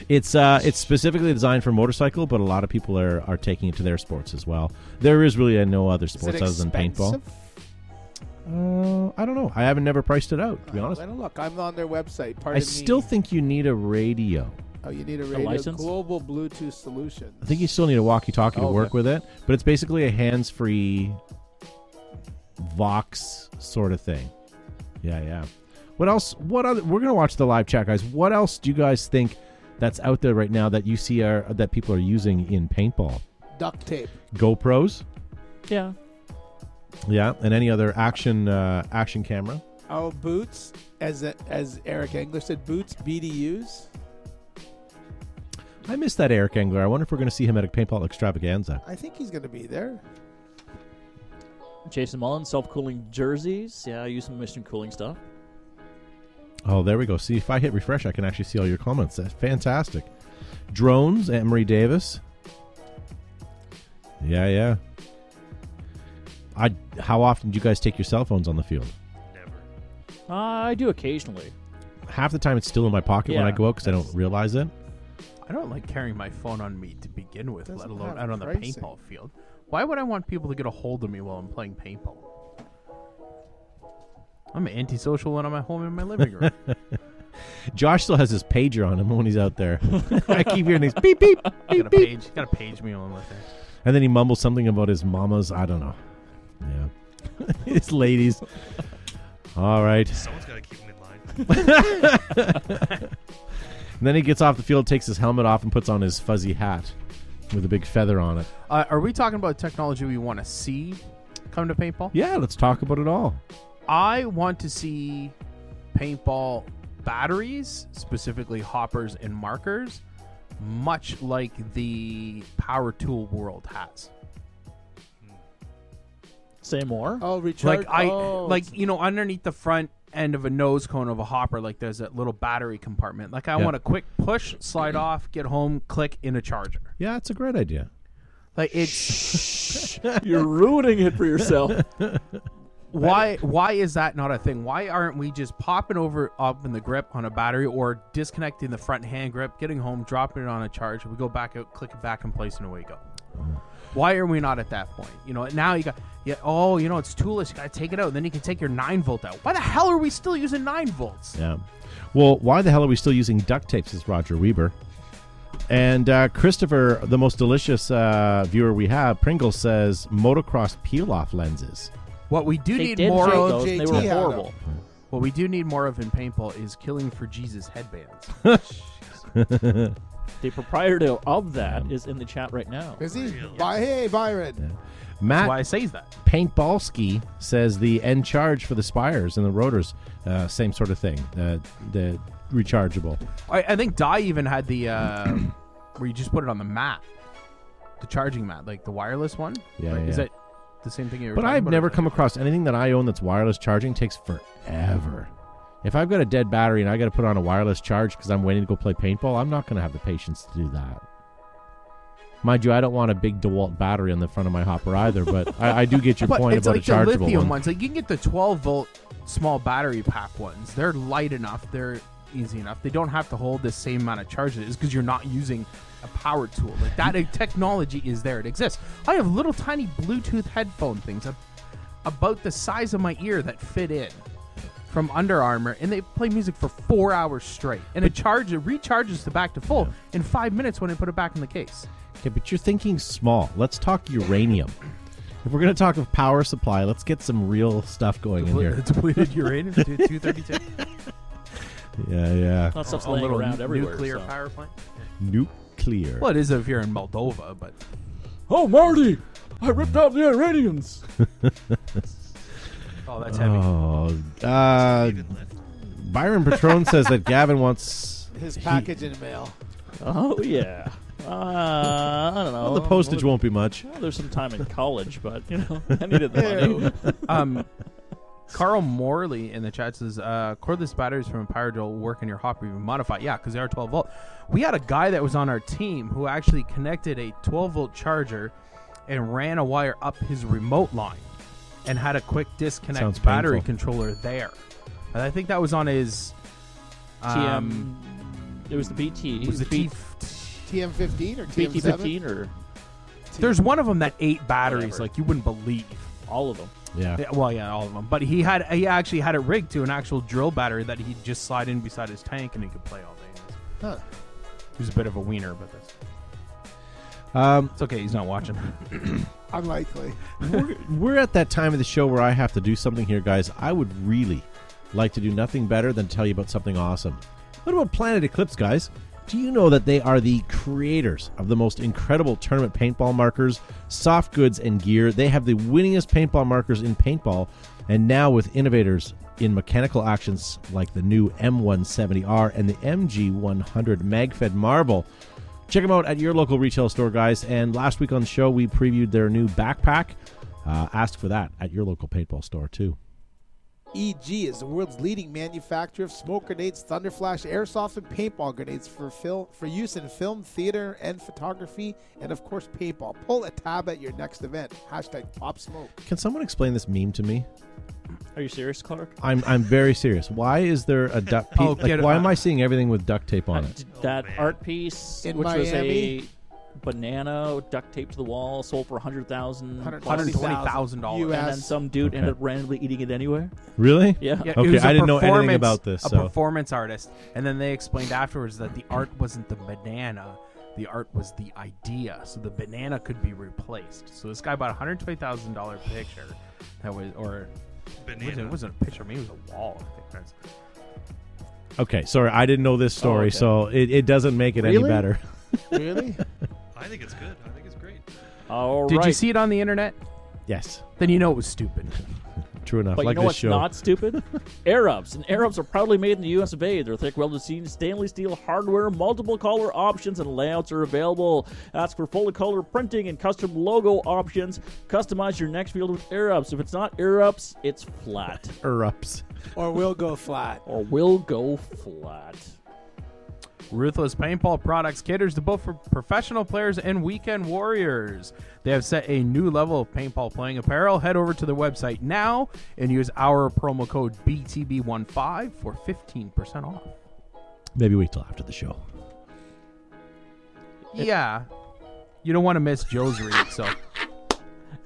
A: It's uh, it's specifically designed for motorcycle, but a lot of people are are taking it to their sports as well. There is really uh, no other
C: Is it
A: sports other than paintball.
C: expensive?
A: Uh, I don't know. I haven't never priced it out to be
C: I
A: honest.
C: don't look. I'm on their website. Pardon
A: I still
C: me.
A: think you need a radio.
C: Oh, you need a radio
E: license?
C: global Bluetooth solution.
A: I think you still need a walkie-talkie to
C: Oh,
A: work
C: okay.
A: with it, but it's basically a hands-free Vox sort of thing. Yeah, yeah. What else? What other? We're gonna watch the live chat, guys. What else do you guys think that's out there right now that you see are that people are using in paintball?
C: duct tape.
A: GoPros,
E: Yeah.
A: yeah, and any other action uh, action camera.
C: Oh, boots. As as Eric Engler said, boots BDUs.
A: I miss that Eric Engler. I wonder if we're gonna see him at a paintball extravaganza.
C: I think he's going to be there.
E: Jason Mullins, self-cooling jerseys. Yeah, I use some mission cooling stuff.
A: Oh, there we go. See, if I hit refresh, I can actually see all your comments. That's fantastic. Drones, Aunt Marie Davis. Yeah, yeah. I. How often do you guys take your cell phones on the field?
D: Never.
E: Uh, I do occasionally.
A: Half the time, it's still in my pocket when I
E: Yeah.
A: go out because I don't realize it.
B: I don't like carrying my phone on me to begin with,
C: Doesn't
B: let alone
C: have
B: out on
C: pricing.
B: the paintball field. Why would I want people to get a hold of me while I'm playing paintball? I'm antisocial when I'm at home in my living room.
A: Josh still has his pager on him when he's out there. I keep hearing these beep beep beep
B: gotta
A: beep,
B: page, gotta page me on with that.
A: and then he mumbles something about his mama's. I don't know. Yeah, his ladies. All right.
D: Someone's got to keep him in line.
A: And then he gets off the field, takes his helmet off, and puts on his fuzzy hat with a big feather on it.
B: Uh, are we talking about technology we want to see come to paintball?
A: Yeah, let's talk about it all.
B: I want to see paintball batteries, specifically hoppers and markers, much like the power tool world has.
E: Say more.
C: Oh, recharge.
B: Like I
C: oh,
B: like you know underneath the front end of a nose cone of a hopper like there's that little battery compartment. Like I
A: Yeah.
B: want a quick push, slide off, get home, click in a charger.
A: Yeah, it's a great idea.
B: Like it's
E: You're ruining it for yourself.
B: why why is that not a thing? Why aren't we just popping over up in the grip on a battery or disconnecting the front hand grip, getting home, dropping it on a charge, we go back out, click it back in place, and away you go. Why are we not at that point? You know, now you got yeah. Oh, you know, it's toolless. You gotta take it out, and then you can take your nine volt out. Why the hell are we still using nine volts?
A: Yeah. Well, why the hell are we still using duct tapes? Is Roger Weber. And uh, Christopher, the most delicious uh, viewer we have, Pringle says motocross peel off lenses.
B: What we do
E: They
B: need
E: did
B: more
E: make
B: of
E: those, and they
C: JT
E: were
C: had 'em.
E: horrible.
B: What we do need more of in paintball is killing for Jesus headbands.
E: The proprietor of that is in the chat right now.
C: Is he?
D: Really?
C: By, hey, Byron.
B: That's
A: Matt
B: why I say that.
A: Paintballski says the end charge for the spires and the rotors, uh, same sort of thing. Uh, the rechargeable.
B: I, I think Die even had the uh, where you just put it on the mat, the charging mat, like the wireless one.
A: Yeah,
B: Like,
A: yeah,
B: Is
A: yeah.
B: that the same thing? You were
A: But
B: talking
A: I've
B: about,
A: never
B: or-
A: come across anything that I own that's wireless charging takes forever. If I've got a dead battery and I got to put on a wireless charge because I'm waiting to go play paintball, I'm not going to have the patience to do that. Mind you, I don't want a big DeWalt battery on the front of my hopper either, but I, I do get your
B: But
A: point
B: it's
A: about
B: like
A: a
B: the
A: chargeable
B: lithium
A: one.
B: ones. Like you can get the 12 volt small battery pack ones. They're light enough. They're easy enough. They don't have to hold the same amount of charge. It is because you're not using a power tool. Like that uh, technology is there. It exists. I have little tiny Bluetooth headphone things ab- about the size of my ear that fit in from Under Armour, and they play music for four hours straight. And it charge it recharges the back to full in five minutes when I put it back in the case.
A: Okay, but you're thinking small. Let's talk uranium. If we're going to talk of power supply, let's get some real stuff going in here.
B: Depleted uranium, 232.
A: Yeah, yeah.
E: That stuff's laying around everywhere.
B: nuclear
E: so.
B: power plant.
A: Nuclear.
B: Well, it is if you're in Moldova, but
E: Oh, Marty! I ripped out the Iranians!
B: oh, that's heavy.
A: Oh, uh,
D: Even left.
A: Byron Patron says that Gavin wants
C: His
A: he-
C: package in the mail.
E: Oh, yeah. Uh, I don't know.
A: well, the postage won't be much.
E: Well, there's some time in college, but, you know, I needed the money.
B: Um, Carl Morley in the chat says uh, cordless batteries from Power Drill work in your hopper even modified. Yeah, because they are 12 volt. We had a guy that was on our team who actually connected a 12 volt charger and ran a wire up his remote line and had a quick disconnect
A: Sounds
B: battery
A: painful.
B: controller there. And I think that was on his um,
E: TM. It was the BT.
B: was it
E: B-
B: T-
C: TM15 or TM7?
E: BT 15 or
B: There's one of them that ate batteries
E: Whatever.
B: like you wouldn't believe.
E: all of them?
A: Yeah.
B: Yeah, well, yeah, all of them. But he had he actually had it rigged to an actual drill battery that he'd just slide in beside his tank and he could play all day.
C: Huh.
B: He was a bit of a wiener, but that's
A: Um,
B: it's okay. He's not watching.
C: Unlikely.
A: we're, we're at that time of the show where I have to do something here, guys. I would really like to do nothing better than tell you about something awesome. What about Planet Eclipse, guys? Do you know that they are the creators of the most incredible tournament paintball markers, soft goods, and gear? They have the winningest paintball markers in paintball, and now with innovators in mechanical actions like the new M170R and the MG100 MagFed Marvel. Check them out at your local retail store, guys. And last week on the show, we previewed their new backpack. Uh, ask for that at your local paintball store, too.
C: EG E is the world's leading manufacturer of smoke grenades, thunderflash, airsoft, and paintball grenades for fil- for use in film, theater, and photography, and of course paintball. Pull a tab at your next event. Hashtag pop smoke.
A: Can someone explain this meme to me?
E: Are you serious, Clark?
A: I'm I'm very serious. Why is there a duct? Pe-
B: Oh,
A: like,
B: get it.
A: why am I seeing everything with duct tape on
E: I
A: it?
E: did that
D: man.
E: art piece,
C: In
E: which was a
C: Miami?
E: banana duct taped to the wall, sold for a hundred thousand,
B: Hundred
E: and
B: twenty thousand dollars.
C: US.
E: then some dude
A: Okay.
E: ended up randomly eating it anyway.
A: Really?
E: Yeah.
B: Yeah,
A: Okay,
B: it was a
A: I didn't know anything
B: performance-
A: about this,
B: A
A: so-
B: performance artist, and then they explained afterwards that the art wasn't the banana. The art was the idea, so the banana could be replaced. So this guy bought a hundred twenty thousand dollar picture, that was or it wasn't,
D: Banana.
B: it wasn't a picture, maybe it was a wall. I think that's
A: Okay. Sorry, I didn't know this story,
E: Oh, okay.
A: so it, it doesn't make it any
C: Really?
A: better.
C: Really?
D: I think it's good. I think it's great.
E: All
B: Did you
E: right.
B: see it on the internet?
A: yes.
B: Then you know it was stupid.
A: True enough.
E: But
A: like
E: you know
A: this
E: what's
A: show.
E: not stupid? Arabs. And Arabs are proudly made in the US of A. Their thick, welded seam, stainless steel hardware, multiple color options, and layouts are available. Ask for full color printing and custom logo options. Customize your next field with Arabs. If it's not Arabs, it's flat.
A: erupts.
C: or will go flat.
E: Or will go flat.
B: Ruthless Paintball Products caters to both for professional players and weekend warriors. They have set a new level of paintball playing apparel. Head over to their website now and use our promo code BTB15 for 15% off.
A: Maybe wait till after the show.
B: yeah. You don't want to miss Joe's read, so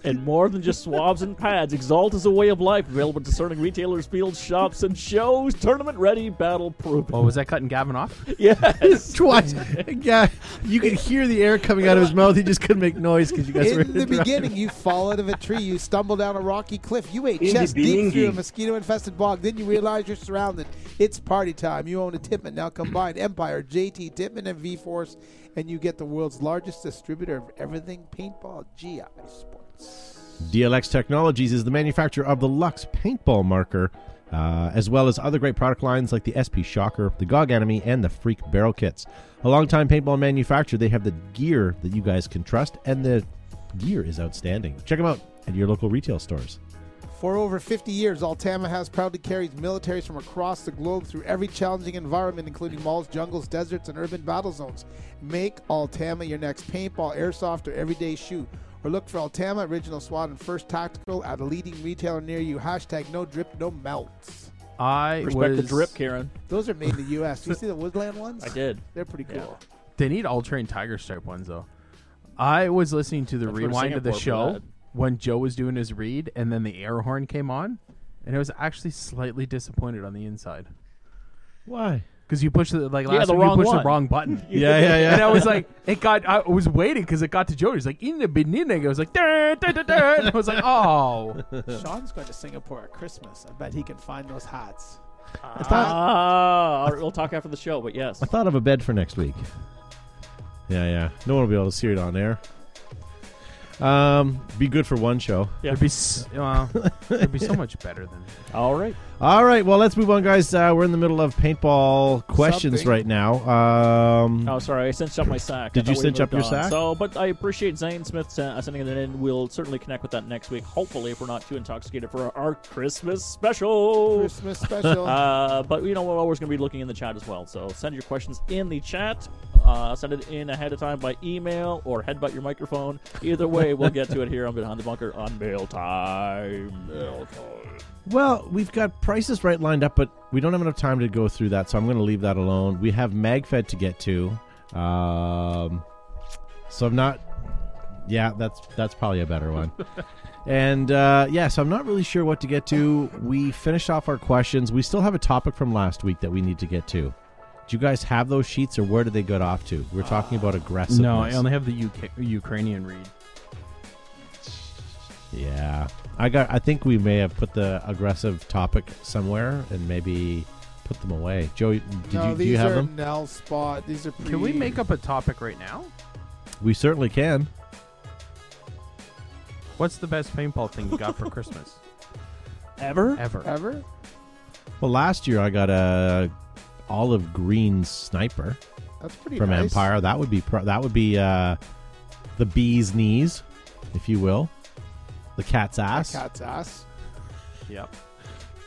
E: and more than just swabs and pads, Exalt is a way of life available at discerning retailers, fields, shops, and shows. Tournament ready, battle proven.
A: Oh.
B: Well, was that cutting Gavin off?
E: Yes.
A: Twice. yeah, you could hear the air coming out of his mouth. He just couldn't make noise because you guys were
C: In the beginning, you fall out of a tree, you stumble down a rocky cliff, you ate
H: Indie
C: chest deep through a
H: bingy.
C: mosquito infested bog, then you realize you're surrounded. It's party time. You own a Tippmann now combined Empire, JT, Tippmann, and V Force, and you get the world's largest distributor of everything paintball, GI Sports.
A: DLX Technologies is the manufacturer of the Lux paintball marker, uh, as well as other great product lines like the SP Shocker, the GOG Enemy, and the Freak Barrel Kits. A longtime paintball manufacturer, they have the gear that you guys can trust, and the gear is outstanding. Check them out at your local retail stores.
C: For over 50 years, Altama has proudly carried militaries from across the globe through every challenging environment, including malls, jungles, deserts, and urban battle zones. Make Altama your next paintball, airsoft, or everyday shoot. Or look for Altama Original SWAT and First Tactical at a leading retailer near you. Hashtag no drip, no melts.
B: I
E: Respect
B: was,
E: the drip, Karen.
C: Those are made in the U.S. you see the Woodland ones?
E: I did.
C: They're pretty cool.
B: They need all trained tiger stripe ones though. I was listening to the
E: Let's go to
B: rewind of the
E: Singapore for
B: show
E: that.
B: when Joe was doing his read, and then the air horn came on, and I was actually slightly disappointed on the inside
A: Why?
B: because you pushed the like
E: Yeah,
B: last
E: the
B: week you
E: wrong
B: pushed
E: one.
B: the wrong button.
A: Yeah, yeah, yeah.
B: And I was like, it got. I was waiting because it got to Joe. He's like, in the beginning, I was like, "Dah, dah, dah, dah," and I was like, oh,
C: Sean's going to Singapore at Christmas. I bet he can find those hats.
E: Ah, all right, we'll talk after the show, but yes.
A: I thought of a bed for next week. Yeah, yeah. No one will be able to see it on air. Um, be good for one show.
E: Yeah.
B: it'd be, s- well, it'd be so much better than.
E: All right.
A: All right, well, let's move on, guys. Uh, we're in the middle of paintball questions
C: Something.
A: right now. Um,
E: Oh, sorry, I cinched up my sack. I
A: Did you
E: thought we
A: cinch up
E: moved
A: your
E: on.
A: sack?
E: So, but I appreciate Zane Smith sen- uh, sending it in. We'll certainly connect with that next week. Hopefully, if we're not too intoxicated for our Christmas special.
C: Christmas special.
E: Uh, but you know we're always going to be looking in the chat as well. So send your questions in the chat. Uh, send it in ahead of time by email or headbutt your microphone. Either way, we'll get to it here on Behind the Bunker on mail time. Mail time.
A: Well, we've got prices right lined up, but we don't have enough time to go through that, so I'm going to leave that alone. We have MagFed to get to, um, so I'm not. Yeah, that's that's probably a better one. and uh, yeah, so I'm not really sure what to get to. We finished off our questions. We still have a topic from last week that we need to get to. Do you guys have those sheets, or where did they get off to? We're talking about aggressiveness.
B: No, I only have the UK, Ukrainian read.
A: Yeah, I got. I think we may have put the aggressive topic somewhere and maybe put them away. Joey, did
C: no,
A: you, do
C: these
A: you have
C: are
A: them?
C: Nell Spot. These are
B: Can we
C: pre-
B: make up a topic right now?
A: We certainly can.
B: What's the best paintball thing you got for Christmas
E: Ever?
B: ever?
C: ever?
A: Well, last year I got a olive green sniper
C: That's pretty
A: from
C: nice.
A: Empire. That would be pro- that would be uh, the bee's knees, if you will, the cat's ass,
C: Cat's ass.
B: Yep.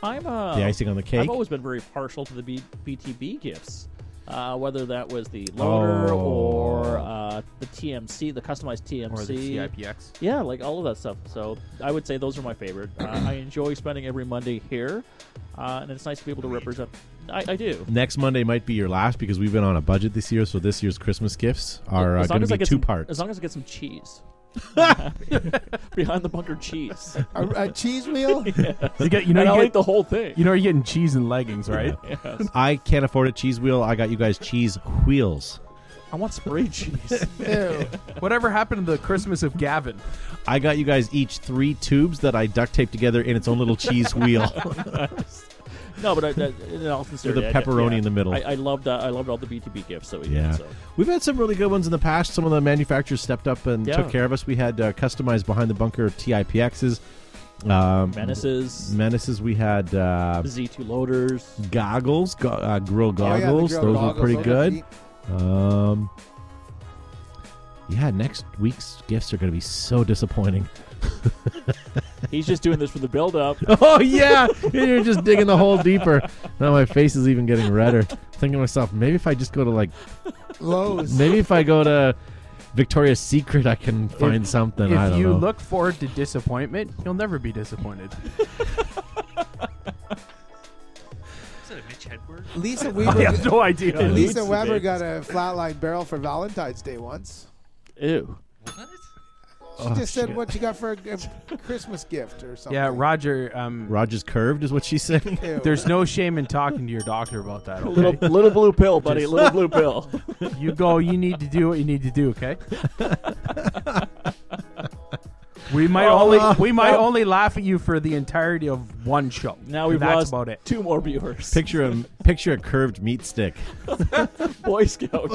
E: I'm uh,
A: the icing on the cake.
E: I've always been very partial to the B- BTB gifts, uh, whether that was the loader
A: Oh.
E: or uh, the TMC, the customized TMC.
B: Or the CIPX.
E: Yeah, like all of that stuff. So I would say those are my favorite. Uh, I enjoy spending every Monday here, uh, and it's nice to be able to represent. I, I do.
A: Next Monday might be your last because we've been on a budget this year, so this year's Christmas gifts are uh,
E: As long
A: going to
E: as I
A: be
E: get
A: two
E: some-
A: parts.
E: As long as I get some cheese. I'm happy. Behind the bunker cheese.
C: A, a cheese wheel?
B: You get, you know,
E: and I'll
B: you,
E: eat the whole thing.
B: know, you're getting cheese and leggings, right?
E: Yes.
A: I can't afford a cheese wheel. I got you guys cheese wheels.
E: I want spray cheese.
C: Ew.
B: Whatever happened to the Christmas of Gavin?
A: I got you guys each three tubes that I duct taped together in its own little cheese wheel.
E: no, but I, I, in all sincerity, I-
A: pepperoni
E: yeah,
A: in the middle.
E: I, I loved. Uh, I loved all the BTB gifts that we
A: Yeah.
E: did. So.
A: We've had some really good ones in the past. Some of the manufacturers stepped up and
E: Yeah.
A: took care of us. We had uh, customized behind the bunker TIPXs, um,
E: Menaces,
A: menaces. We had uh,
E: Z2 loaders.
A: goggles, go- uh, grill
C: Oh, yeah, the
A: goggles.
C: girl
A: Those
C: goggles,
A: were pretty
C: those
A: good.
C: neat.
A: Um, yeah, next week's gifts are going to be so disappointing.
E: He's just doing this for the build-up.
A: Oh yeah, you're just digging the hole deeper. Now my face is even getting redder. Thinking to myself, maybe if I just go to like,
C: Lowe's.
A: maybe if I go to Victoria's Secret, I can find something. I
B: if
A: don't
B: you
A: know.
B: look forward to disappointment, you'll never be disappointed.
D: Is that a Mitch Hedberg?
A: Oh,
C: Lisa Weaver.
B: no idea.
E: Yeah.
C: Lisa
E: Leeds
C: Weber
E: did.
C: got a flatline barrel for Valentine's Day once.
E: Ew.
D: What?
C: She
A: Oh,
C: just said
A: shit.
C: what she got for a g- Christmas gift or something.
B: Yeah, Roger. Um,
A: Rogers curved is what she's saying.
C: Ew.
B: there's no shame in talking to your doctor about that.
E: Little,
B: Okay?
E: little blue pill, buddy. Little blue pill.
B: you go. You need to do what you need to do. Okay. we might only we might only laugh at you for the entirety of one show.
E: Now we've
B: And that's
E: lost
B: about it.
E: two more viewers.
A: Picture a picture a curved meat stick.
E: Boy Scout.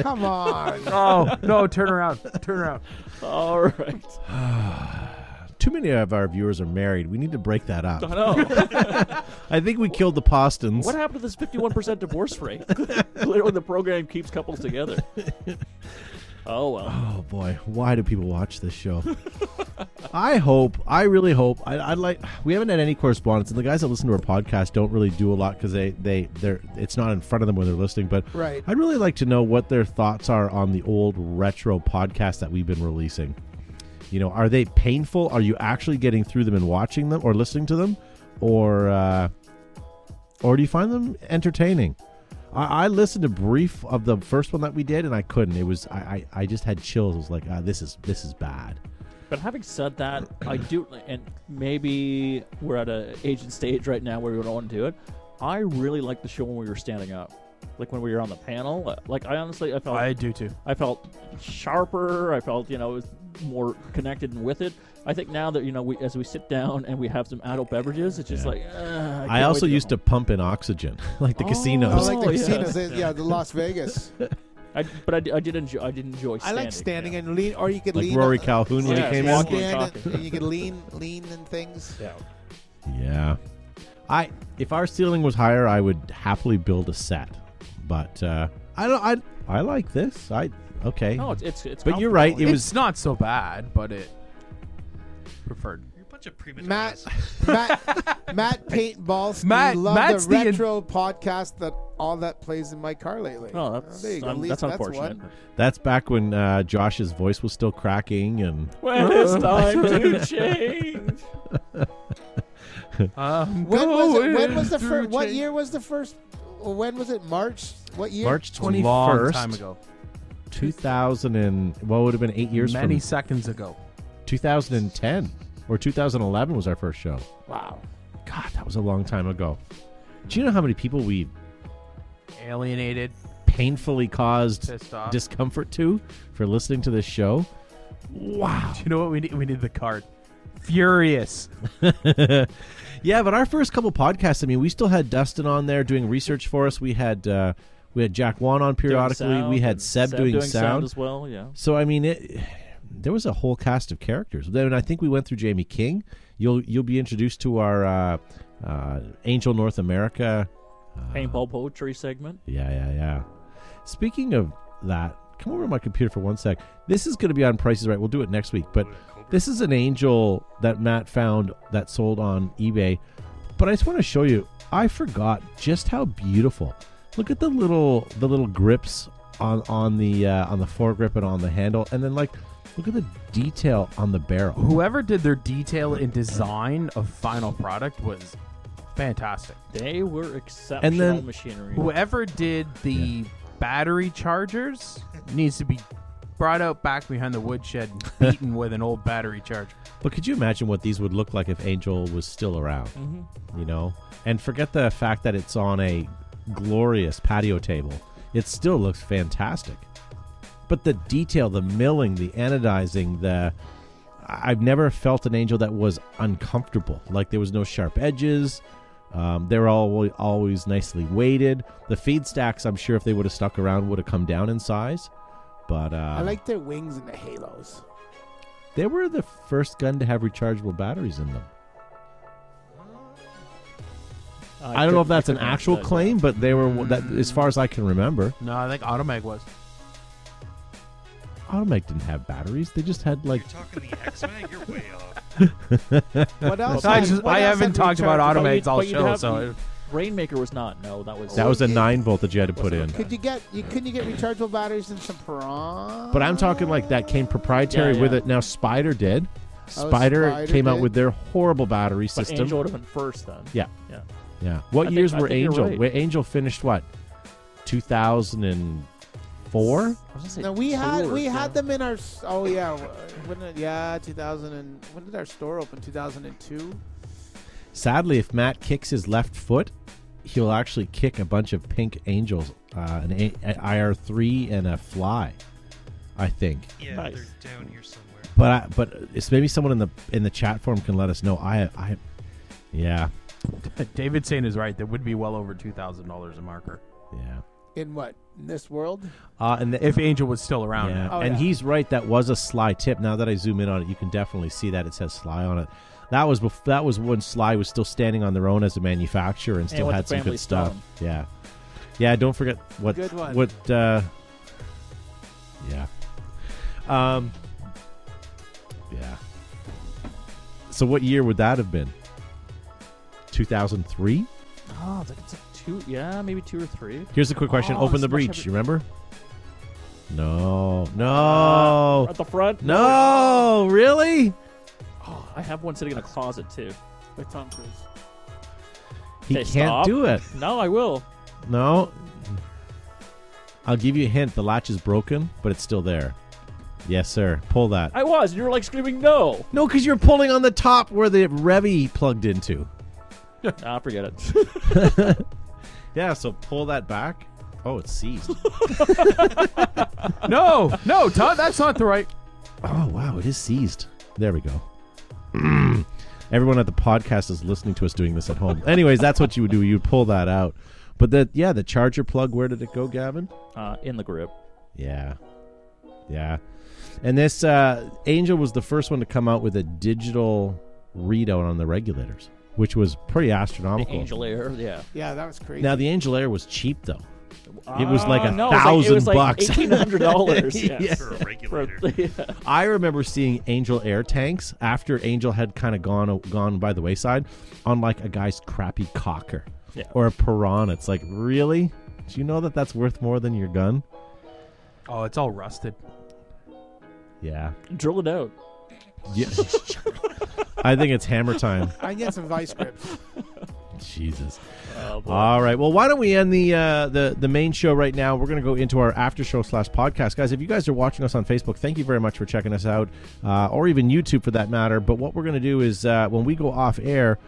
C: Come on.
B: Oh no! Turn around. Turn around.
E: All right.
A: Too many of our viewers are married. We need to break that
E: I
A: up.
E: know.
A: I think we killed the Postons.
E: What happened to this 51% divorce rate? Clearly, the program keeps couples together. Oh, well.
A: Oh boy, why do people watch this show? I hope, I really hope. I, I'd like. We haven't had any correspondence, and the guys that listen to our podcast don't really do a lot because they they they're it's not in front of them when they're listening. But
C: Right.
A: I'd really like to know what their thoughts are on the old retro podcast that we've been releasing. You know, are they painful? Are you actually getting through them and watching them or listening to them, or uh, or do you find them entertaining? I, I listened to brief of the first one that we did, and I couldn't. It was I I, I just had chills. I was like, ah, this is this is bad.
E: But having said that, I do, and maybe we're at an age and stage right now where we don't want to do it. I really liked the show when we were standing up. Like when we were on the panel, like I honestly, I felt
B: Oh, I do too.
E: I felt sharper. I felt you know was more connected and with it. I think now that you know we as we sit down and we have some adult beverages, it's just like uh, I,
A: I, also used to pump in oxygen, like the
C: I
A: casinos.
C: like the
E: Oh, yeah.
C: casinos. Yeah, yeah the Las Vegas.
E: I, but I, d- I did enjoy. I did enjoy.
C: I
E: Standing.
C: like standing and lean, or you could
A: Like
C: lean.
A: Rory Calhoun when
E: Yeah,
A: he came
E: walk
A: in.
E: walking and
C: stand
E: talking.
C: and you could lean, lean and things.
A: Yeah, I if our ceiling was higher, I would happily build a set, but uh, I don't. I I like this. I okay.
B: Oh.
E: No, it's it's. it's
A: but you're right. It
B: It
A: was
B: was not so bad, but it preferred.
D: You're a bunch of prima
C: Matt,
D: donnas.
C: Matt, Matt Paintballs.
B: Matt-
C: love
B: Matt's
C: the
B: the in-
C: retro podcast that all that plays in my car lately.
E: comfortable. Oh, that's
C: there you go. At
E: um,
C: least
E: that's unfortunate.
C: one.
A: that's back when uh, Josh's voice was still cracking, and
E: When it's time to change.
B: Um,
C: When was, it, when was the first? What year was the first? When was it? March? What year?
A: March twenty
B: Twenty long
A: first,
B: time ago.
A: two thousand and what would have been eight years
B: Many
A: from
B: seconds ago.
A: 2010 or 2011 was our first show.
E: Wow.
A: God, that was a long time ago. Do you know how many people we
B: Alienated,
A: painfully caused
B: pissed off.
A: discomfort to for listening to this show? Wow.
B: Do you know what we need? We need the card. Furious.
A: yeah, but our first couple podcasts, I mean, we still had Dustin on there doing research for us. We had uh, we had Jack Wan on
E: Doing
A: periodically.
E: sound
A: We had
E: and
A: Seb, doing, sound.
E: as well. Yeah.
A: So I mean, it, there was a whole cast of characters. Then I think we went through Jamie King. You'll you'll be introduced to our uh, uh, Angel North America. Uh,
E: Paintball poetry segment.
A: Yeah, yeah, yeah. Speaking of that, come over to my computer for one sec. This is going to be on Prices Right. We'll do it next week, but this is an angel that Matt found that sold on eBay. But I just want to show you. I forgot just how beautiful. Look at the little the little grips on on the uh, on the foregrip and on the handle, and then like look at the detail on the barrel.
B: Whoever did their detail and design of final product was fantastic.
E: They were exceptional
A: then-
E: machinery.
B: Whoever did the battery chargers needs to be brought out back behind the woodshed and beaten with an old battery charger.
A: But could you imagine what these would look like if Angel was still around? You know, and forget the fact that it's on a glorious patio table. It still looks fantastic. But the detail, the milling, the anodizing, the I- I've never felt an angel that was uncomfortable. Like there was no sharp edges. Um, they're all always nicely weighted. The feed stacks, I'm sure, if they would have stuck around, would have come down in size. But uh,
C: I like their wings and the halos.
A: they were the first gun to have rechargeable batteries in them. I don't know if that's an actual claim, but they were
E: Mm.
A: that as far as I can remember.
B: No, I think Automag was.
A: Automag didn't have batteries; they just had like
D: You're talking the X-Men? You're way off.
C: What else?
B: I,
C: had-
B: just,
C: what
B: I
C: else
B: haven't
C: had
B: talked about
C: rechargeable-
B: Automags
E: But
B: all
E: you'd
B: show,
E: have-
B: so I-
E: Rainmaker was not. No, that was.
A: that was a
C: Okay.
A: nine volt that you had to put
E: Oh, Wasn't
A: in.
E: okay.
C: Could you get? You couldn't you get rechargeable batteries and some prawns?
A: But I'm talking like that came proprietary
E: Yeah,
A: with
E: yeah.
A: it. Now Spider did.
C: Oh,
A: Spider,
C: Spyder
A: came out
C: did?
A: with their horrible battery
E: but
A: system.
E: Angel would have been first then.
A: yeah,
E: Yeah.
A: yeah. What
E: I think-
A: years
E: I
A: were
E: think you're
A: Angel?
E: right.
A: Where Angel finished what? 2004, four.
E: I was gonna say
C: No, we
E: two
C: had
E: or-
C: we
E: yeah.
C: had them in our. s- Oh yeah, w- when did- yeah, 2000 and when did our store open? 2002.
A: Sadly, if Matt kicks his left foot, he'll actually kick a bunch of pink angels, uh, an a- IR three and a fly, I think.
D: Yeah,
E: Nice.
D: they're down here somewhere.
A: But I, but it's maybe someone in the in the chat forum can let us know. I I, yeah
B: David Sane is right. That would be well over two thousand dollars a marker
A: yeah.
C: In what? In this world?
A: Uh, and the,
B: if Angel was still around.
A: Yeah.
C: Oh,
A: and
C: yeah.
A: he's right. That was a Sly tip. Now that I zoom in on it, you can definitely see that it says Sly on it. That was bef- that was when Sly was still standing on their own as a manufacturer and still
E: with
A: had
E: the
A: some
E: family
A: good stuff.
E: stone.
A: Yeah, yeah. Don't forget what
C: Good one.
A: what. Uh, yeah. Um. Yeah. So what year would that have been? Two thousand three.
E: Oh, it's like, it's like two. Yeah, maybe two or three.
A: Here's a quick question.
E: Oh,
A: Open
E: it's
A: the
E: much
A: breach.
E: heavier.
A: You remember? No. No.
E: At the front.
A: Oh. No, really?
E: Oh, I have one sitting in a closet too.
C: With Tom Cruise.
A: He
E: Okay,
A: can't
E: stop.
A: do it.
E: No, I will.
A: No. I'll give you a hint. The latch is broken, but it's still there. Yes, sir. Pull that.
E: I was. And you were like screaming no.
A: no, because you're pulling on the top where the Revy plugged into.
E: nah, forget it.
A: Yeah, so pull that back. Oh, it's seized.
B: No, no, Todd, that's not the right.
A: oh, wow. It is seized. There we go. Mm. Everyone at the podcast is listening to us doing this at home. Anyways, that's what you would do. You would pull that out. But the, yeah, the charger plug, where did it go, Gavin?
E: uh, in the grip.
A: Yeah. Yeah. And this uh, Angel was the first one to come out with a digital readout on the regulators, which was pretty
E: The
A: astronomical.
E: angel air. Yeah.
C: Yeah, that was crazy.
A: Now the Angel Air was cheap though. It was like
E: Uh,
A: a
E: no, it was
A: thousand
E: like,
A: bucks.
E: Eighteen hundred dollars.
A: Yeah.
E: Yeah.
D: For a
E: For-
D: regulator.
E: yeah.
A: I remember seeing Angel Air tanks after Angel had kind of gone gone by the wayside on like a guy's crappy cocker
E: Yeah.
A: or a piranha. It's like, really? Do you know that that's worth more than your gun?
B: Oh, it's all rusted.
A: Yeah.
E: Drill it out.
A: yeah. I think it's hammer time.
C: I get some vice grips.
A: Jesus.
E: Oh, boy.
A: All right. Well, why don't we end the uh, the the main show right now? We're going to go into our after show slash podcast, guys. If you guys are watching us on Facebook, thank you very much for checking us out, uh, or even YouTube for that matter. But what we're going to do is uh, when we go off air,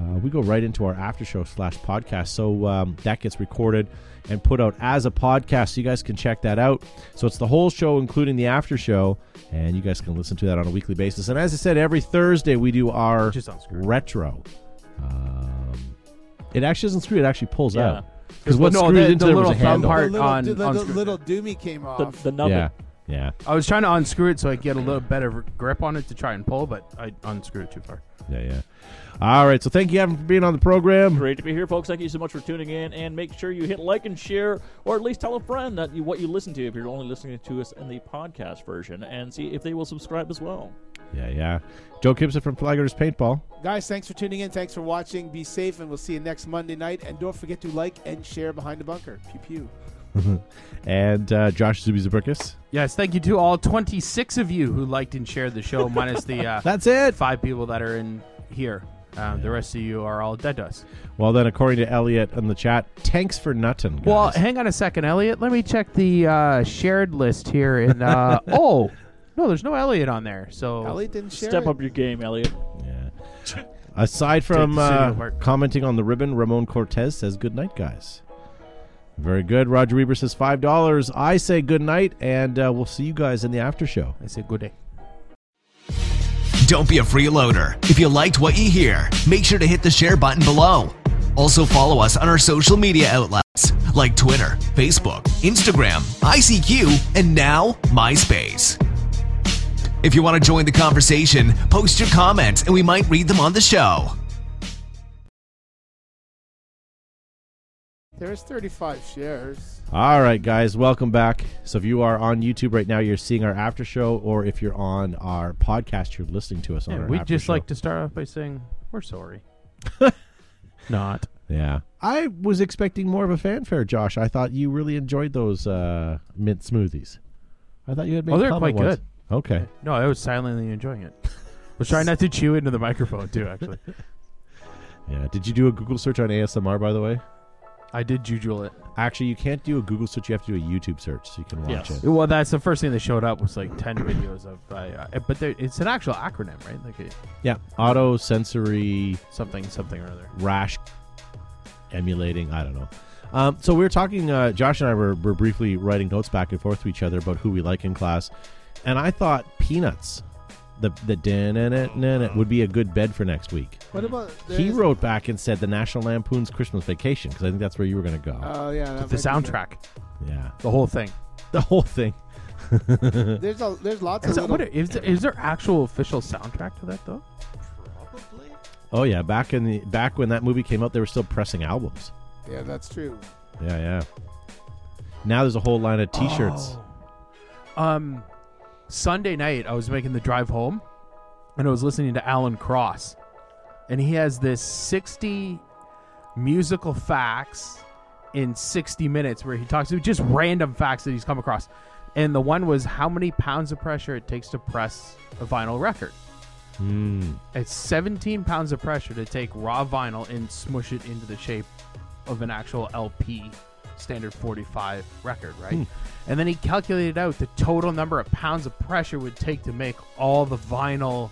A: uh, we go right into our after show slash podcast. So um, that gets recorded and put out as a podcast, so you guys can check that out. So it's the whole show, including the after show, and you guys can listen to that on a weekly basis. And as I said, every Thursday we do our
B: Just unscrew.
A: retro. Um, it actually doesn't screw; it actually pulls
E: Yeah.
A: out. Because what
B: No,
A: screwed
B: the-
A: into
B: the
A: it was a
B: little thumb
A: handle.
B: part-
C: the little,
B: on-
C: the,
B: on
C: little,
B: screw.
C: little doomy came
E: The,
C: off.
E: the nubbin.
A: Yeah, yeah,
B: I was trying to unscrew it so I get a little better grip on it to try and pull, but I unscrewed it too far.
A: yeah, yeah. All right, so thank you, Evan, for being on the program.
E: Great to be here, folks. Thank you so much for tuning in, and make sure you hit like and share, or at least tell a friend that you, what you listen to if you're only listening to us in the podcast version, and see if they will subscribe as well.
A: Yeah, yeah. Joe Gibson from Flaggers Paintball.
C: Guys, thanks for tuning in. Thanks for watching. Be safe, and we'll see you next Monday night. And don't forget to like and share behind the bunker. Pew pew.
A: and uh, Josh Zubizabrikis.
B: Yes, thank you to all 26 of you who liked and shared the show, minus the uh,
A: That's it.
B: five people that are in here. Um, The rest of you are all dead to us.
A: Well, then, according to Elliot in the chat, tanks for nuttin'. Guys.
B: Well, hang on a second, Elliot. Let me check the uh, shared list here. And uh, oh, no, there's no Elliot on there. So
C: Ellie didn't share.
E: Step
C: it.
E: up your game, Elliot.
A: yeah. Aside from
B: the city
A: uh,
B: apart.
A: commenting on the ribbon, Ramon Cortez says good night, guys. Very good. Roger Reber says five dollars. I say good night, and uh, we'll see you guys in the after show.
B: I say good day.
H: Don't be a freeloader. If you liked what you hear, make sure to hit the share button below. Also, follow us on our social media outlets like Twitter, Facebook, Instagram, ICQ, and now MySpace. If you want to join the conversation, post your comments and we might read them on the show.
C: There is 35 shares.
A: All right, guys, welcome back. So, if you are on YouTube right now, you're seeing our after show, or if you're on our podcast, you're listening to us on
B: Yeah,
A: our
B: we'd
A: after
B: just
A: show.
B: like to start off by saying we're sorry. Not.
A: Yeah, I was expecting more of a fanfare, Josh. I thought you really enjoyed those uh, mint smoothies. I thought you had made.
B: Oh, they're
A: comment
B: quite
A: once. Okay.
B: No, I was silently enjoying it. Was trying not to chew into the microphone too. Actually,
A: Yeah. Did you do a Google search on ASMR, by the way?
B: I did jujule it.
A: Actually, you can't do a Google search. You have to do a YouTube search so you can watch
E: Yes.
A: it.
B: Well, that's the first thing that showed up was like ten videos of, uh, uh, but there, it's an actual acronym, right? Like a,
A: Yeah. Auto sensory
B: something, something or other.
A: rash emulating. I don't know. Um, so we were talking. Uh, Josh and I were, were briefly writing notes back and forth to each other about who we like in class, and I thought Peanuts, the the din in it, would be a good bed for next week.
C: What about there
A: He
C: is-
A: wrote back and said the National Lampoon's Christmas Vacation because I think that's where you were going to go.
C: Oh yeah, that
B: The
C: might be good.
B: soundtrack,
A: yeah,
B: the whole thing.
A: the whole thing.
C: There's a there's lots
B: Is,
C: of
B: that, what,
C: little,
B: is, there, is there actual official soundtrack to that though?
D: Probably.
A: Oh yeah, back in the back when that movie came out, they were still pressing albums.
C: yeah, that's true.
A: Yeah, yeah. Now there's a whole line of T-shirts.
C: Oh,
B: Um, Sunday night, I was making the drive home, and I was listening to Alan Cross, and he has this sixty musical facts in sixty minutes where he talks to just random facts that he's come across, and the one was how many pounds of pressure it takes to press a vinyl record.
A: Mm.
B: It's seventeen pounds of pressure to take raw vinyl and smush it into the shape of an actual LP standard 45 record, right?
A: Hmm.
B: And then he calculated out the total number of pounds of pressure would take to make all the vinyl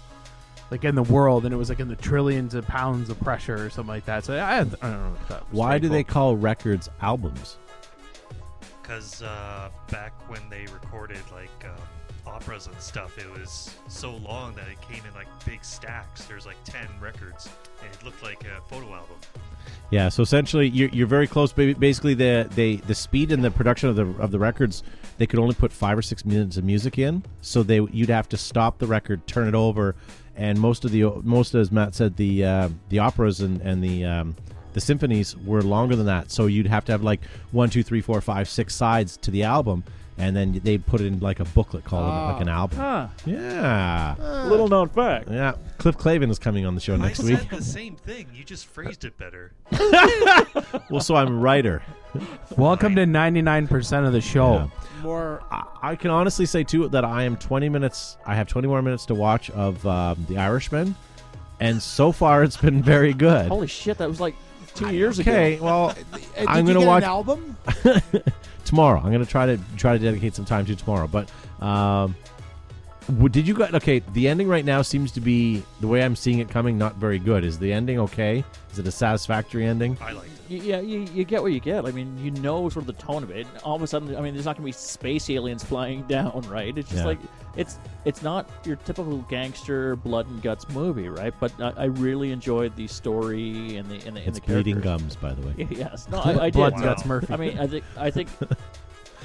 B: like in the world and it was like in the trillions of pounds of pressure or something like that. So I, I don't know. if that was
A: Why do
B: very
A: they
B: cool.
A: call records albums?
D: Because uh, back when they recorded like um, operas and stuff, it was so long that it came in like big stacks. There's like ten records, and it looked like a photo album.
A: Yeah, so essentially, you're, you're very close. Ba- Basically, the they the speed and the production of the of the records, they could only put five or six minutes of music in. So they you'd have to stop the record, turn it over, and most of the most as Matt said, the uh, the operas and and the um, the symphonies were longer than that. So you'd have to have like one, two, three, four, five, six sides to the album, and then they put it in like a booklet called it like an album.
E: Huh.
A: Yeah,
E: Little known fact.
A: yeah. Cliff Clavin is coming on the show next
D: I
A: week.
D: said the same thing. You just phrased it better.
A: Well, so I'm a writer.
B: Welcome to 99% of the show.
A: Yeah.
C: More
A: I- I can honestly say too that I am 20 minutes. I have 20 more minutes to watch of um, The Irishman, and so far it's been very good.
E: Holy shit, that was like two years ago.
A: okay, well,
C: Uh,
A: I'm
C: did
A: gonna
C: you get
A: watch
C: an album.
A: tomorrow. I'm gonna try to try to dedicate some time to tomorrow. But um, w- did you got okay? The ending right now seems to be the way I'm seeing it coming. Not very good. Is the ending okay? Is it a satisfactory ending?
D: I liked it.
E: Y- Yeah, you, you get what you get. I mean, you know sort of the tone of it. And all of a sudden, I mean, there's not going to be space aliens flying down, right? It's just
A: Yeah.
E: like it's it's not your typical gangster blood and guts movie, right? But I, I really enjoyed the story and the and the, and
A: It's
E: the characters.
A: bleeding gums, by the way.
E: Yes, no, I, I did.
B: Blood
D: Wow.
B: Guts Murphy.
E: I mean, I think I think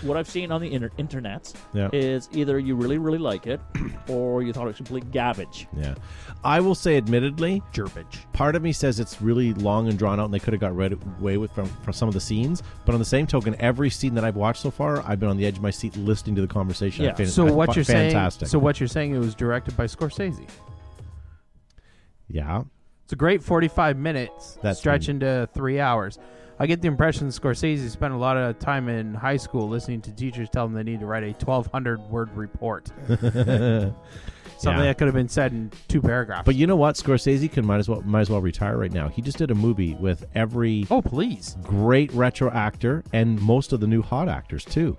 E: what I've seen on the inter- internet
A: Yeah.
E: is either you really really like it, or you thought it was complete garbage.
A: Yeah, I will say, admittedly,
B: Gerbage.
A: part of me says it's really long and drawn out and they could have got right away with from, from some of the scenes but on the same token every scene that i've watched so far i've been on the edge of my seat listening to the conversation I
E: Yeah.
A: fin-
B: So
A: I
B: what
A: fi-
B: you're
A: fantastic
B: saying? So what you're saying? It was directed by Scorsese.
A: yeah
B: It's a great 45 minutes
A: That's
B: stretch
A: when-
B: into three hours. I get the impression Scorsese spent a lot of time in high school listening to teachers tell them they need to write a 1,200 word report. Something
A: Yeah.
B: that could have been said in two paragraphs.
A: but you know what scorsese can might as well might as well retire right now he just did a movie with every
B: oh, please.
A: great retro actor and most of the new hot actors too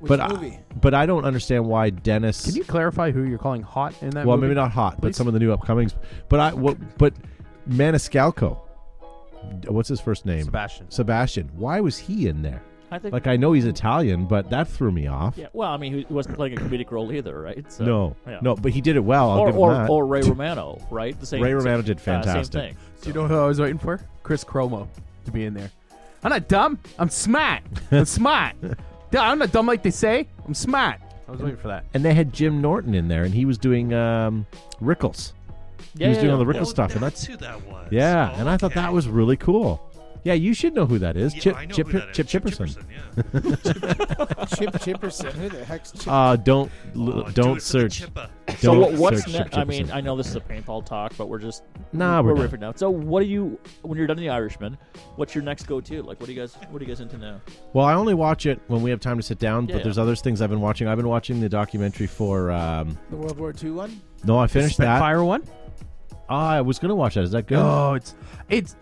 C: Which
A: but
C: movie?
A: I, but i don't understand why dennis
B: Can you clarify who you're calling hot in that
A: well
B: movie?
A: maybe not hot but
B: please?
A: some of the new upcomings but i what but maniscalco what's his first name
B: Sebastian.
A: Sebastian, why was he in there?
E: I think.
A: Like I know he's Italian, but that threw me off.
E: yeah, well, I mean, he wasn't playing a comedic role either, right? So,
A: no,
E: yeah.
A: no, but he did it well. I'll
E: or,
A: give him
E: or,
A: that.
E: or Ray Romano, right? The same.
A: Ray
E: same-
A: Romano did
E: uh,
A: fantastic.
E: same thing.
B: Do you know who I was waiting for? Chris Cromo to be in there. I'm not dumb. I'm smart. I'm smart. Duh, I'm not dumb like they say. I'm smart. I was waiting for that.
A: and they had Jim Norton in there, and he was doing um, Rickles.
E: Yeah,
A: he was
E: yeah,
A: doing
E: yeah.
A: all the Rickles stuff, and
D: that's
A: that's
D: who that was.
A: yeah.
D: Oh,
A: and I thought
D: okay.
A: that was really cool. Yeah, you should know who that is.
D: Yeah,
A: Chip,
D: I know
A: Chip,
D: who that is.
A: Chip Chipperson.
D: yeah.
C: Chip Chipperson. Who the heck's Chip?
A: Uh, don't
D: Oh,
A: l-
D: do
A: don't
D: it for the
A: search.
D: Chippa.
A: Don't
E: So what, what's
A: search
E: ne-
A: Chip
E: I mean,
A: Chipperson.
E: I know this is a paintball talk, but we're just
A: Nah, we're done.
E: riffing now. So what do you when you're done with the Irishman? What's your next go-to? Like, what do you guys what are you guys into now?
A: Well, I only watch it when we have time to sit down.
E: Yeah,
A: but
E: yeah.
A: there's other things I've been watching. I've been watching the documentary for. Um,
C: The World War II one.
A: no, I finished that.
B: Spitfire one?
A: Ah, I was gonna watch that. Is that good?
B: Oh, it's it's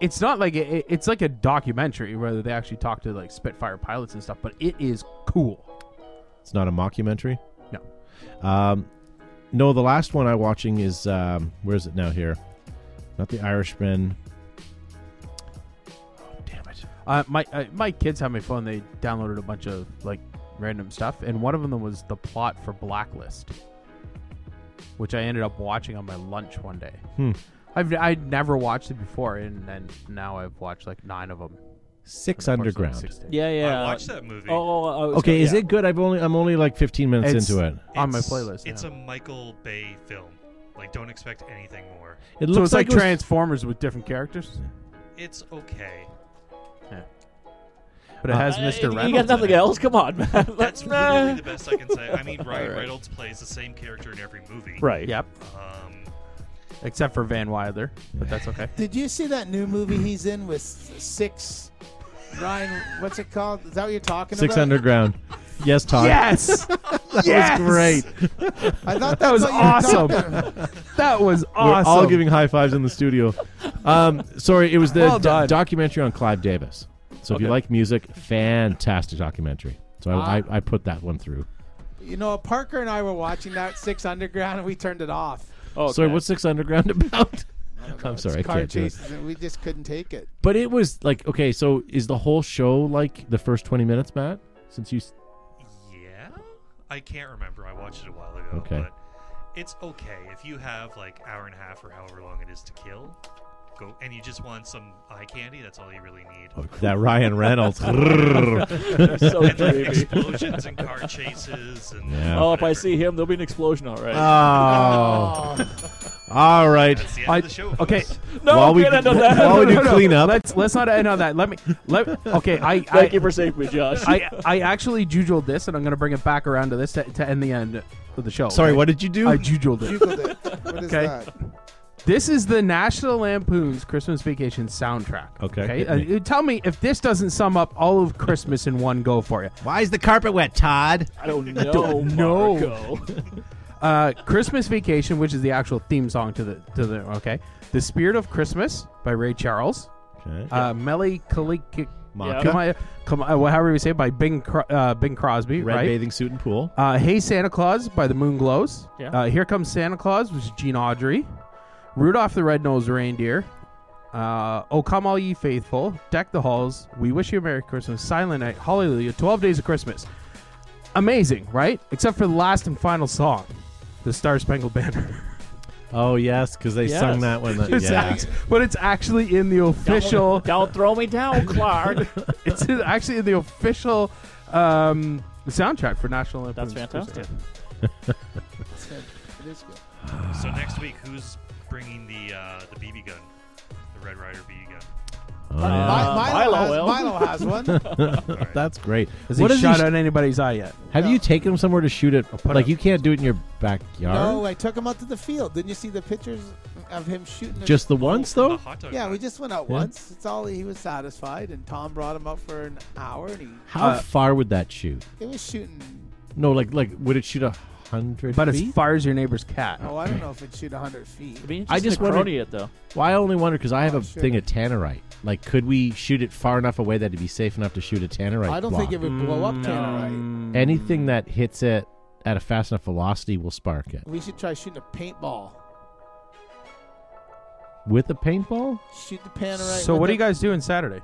B: it's not like it, it's like a documentary where they actually talk to like Spitfire pilots and stuff, but it is cool.
A: It's not a mockumentary.
B: No.
A: Um, no, the last one I'm watching is um, where is it now? Here, not the Irishman. Oh, damn it!
B: Uh, my uh, my kids have my phone. They downloaded a bunch of like random stuff, and one of them was the plot for Blacklist, which I ended up watching on my lunch one day.
A: Hmm.
B: I've I'd never watched it before, and then now I've watched like nine of them.
A: Six Underground.
E: Yeah, yeah.
D: I watched that movie.
E: Oh, I was
A: Okay,
E: go-
A: is
E: yeah.
A: it good? I've only I'm only like 15 minutes
B: It's-
A: into it.
B: oh, on my
D: It's-
B: playlist,
D: It's
B: yeah.
D: a Michael Bay film. Like, don't expect anything more.
A: It
B: So it's like,
A: it was-
B: Transformers with different characters,
D: It's okay.
B: but it has
E: Uh,
B: Mr.
E: You got
B: Reynolds. in
E: nothing
B: it.
E: else? Come on, man.
D: That's really the best I can say. I mean, Ryan
B: Alright.
D: Reynolds plays the same character in every movie.
E: Right.
B: Yep,
D: Um,
B: except for Van Wilder, but that's okay.
C: Did you see that new movie he's in with s- six? Ryan, what's it called? Is that what you're talking
A: Six
C: about?
A: Underground. Yes, Todd.
B: yes,
A: that
B: yes!
A: was great.
C: I thought
B: that was
C: that's what you were talking
B: awesome. that was awesome.
A: We're all giving high fives in the studio. Um, sorry, it was the
B: Well
A: do-
B: done.
A: documentary on Clive Davis. So if you
B: Okay.
A: like music, fantastic documentary. So I, I, I put that one through.
C: You know, Parker and I were watching that Six Underground, and we turned it off.
E: Oh, okay.
A: Sorry, what's Six Underground about? I'm sorry, I
C: Car
A: can't do it.
C: chases, and we just couldn't take it.
A: But it was like okay. So is the whole show like the first 20 minutes, Matt? Since you s-
D: yeah? I can't remember. I watched it a while ago.
A: Okay.
D: But it's okay. If you have, like, hour and a half or however long it is to kill, go and you just want some eye candy, that's all you really need.
A: that Ryan Reynolds.
E: so
D: And like
E: dreamy?
D: explosions and car chases and
A: Yeah.
E: Oh, if I
D: whatever.
E: see him, there'll be an explosion. All right.
A: oh, all right.
D: That's the end
B: I-
D: of the show.
B: okay.
D: folks.
E: no,
A: while we
E: can't end on that.
A: while we do cleanup,
B: Let's let's not end on that. Let me let. Okay, I
E: Thank
B: I,
E: you for saving me, Josh.
B: I I actually jujoled this, and I'm gonna bring it back around to this to, to end the end of the show.
A: sorry,
B: okay?
A: what did you do?
B: I jujoled it.
C: Googled it. What is
B: Okay.
C: that?
B: This is the National Lampoon's Christmas Vacation soundtrack.
A: Okay, hit
B: Uh,
A: me.
B: you tell me if this doesn't sum up all of Christmas in one go for you.
A: Why is the carpet wet, Todd?
E: I don't know.
B: know.
E: Marco.
B: Uh, Christmas Vacation, which is the actual theme song to the to the okay, The Spirit of Christmas by Ray Charles,
A: Okay.
B: uh, Melly Kalik.
A: Maka.
E: Yeah.
B: Kamaya, Kamaya, well, however you say it, by Bing, Cro- uh, Bing Crosby,
A: Red
B: right?
A: bathing suit and pool.
B: Uh, hey Santa Claus by the Moon Glows.
E: Yeah.
B: Uh, Here Comes Santa Claus, which is Gene Audrey. Rudolph the Red-Nosed Reindeer. Uh, oh Come All Ye Faithful. Deck the Halls. We Wish You a Merry Christmas. Silent Night. Hallelujah. 12 Days of Christmas. Amazing, right? Except for the last and final song, the Star Spangled Banner.
A: Oh yes, because they
E: Yes.
A: sung that one.
B: It's
A: yeah.
B: act- but it's actually in the official.
E: Don't throw me down, Clark.
B: it's in- actually in the official um, soundtrack for National Lampoon's
E: That's
B: Christmas.
E: fantastic.
C: It is good.
D: So next week, who's bringing the uh, the BB gun, the Red Rider BB gun?
A: Oh,
E: Uh,
A: yeah.
C: Mi- Milo,
E: Milo
C: has,
E: will.
C: Milo has one.
A: That's great.
B: Has
A: What
B: he
A: is
B: shot
A: sh-
B: at anybody's eye yet?
A: Have you taken him somewhere to shoot it?
B: put
A: Like
B: a-
A: you can't do it in your backyard.
C: no, I took him out to the field. Didn't you see the pictures of him shooting? the-
A: Just the once
D: The
A: though.
D: hot dog
C: yeah,
D: gun.
C: we just went out
A: Yeah.
C: once. It's all he was satisfied, and Tom brought him up for an hour, and he
A: How
B: Uh,
A: far would that shoot?
C: it was shooting.
A: No, like like would it shoot a hundred?
B: But
A: feet?
B: as far as your neighbor's cat.
C: Oh, I don't know if it shoot hundred feet.
E: It'd be
A: I
E: I
A: just
E: just
A: wondered-
E: crony it though.
A: Well, I only wonder because I have
C: Oh,
A: a
C: shit.
A: thing of tannerite. Like, could we shoot it far enough away that it'd be safe enough to shoot a tannerite?
C: I don't
A: block?
C: think it would blow up
B: Mm,
C: Tannerite.
A: anything that hits it at a fast enough velocity will spark it
C: We should try shooting a paintball.
A: with a paintball.
C: Shoot the Tannerite.
B: So
C: with
B: what
C: the-
B: are you guys doing Saturday?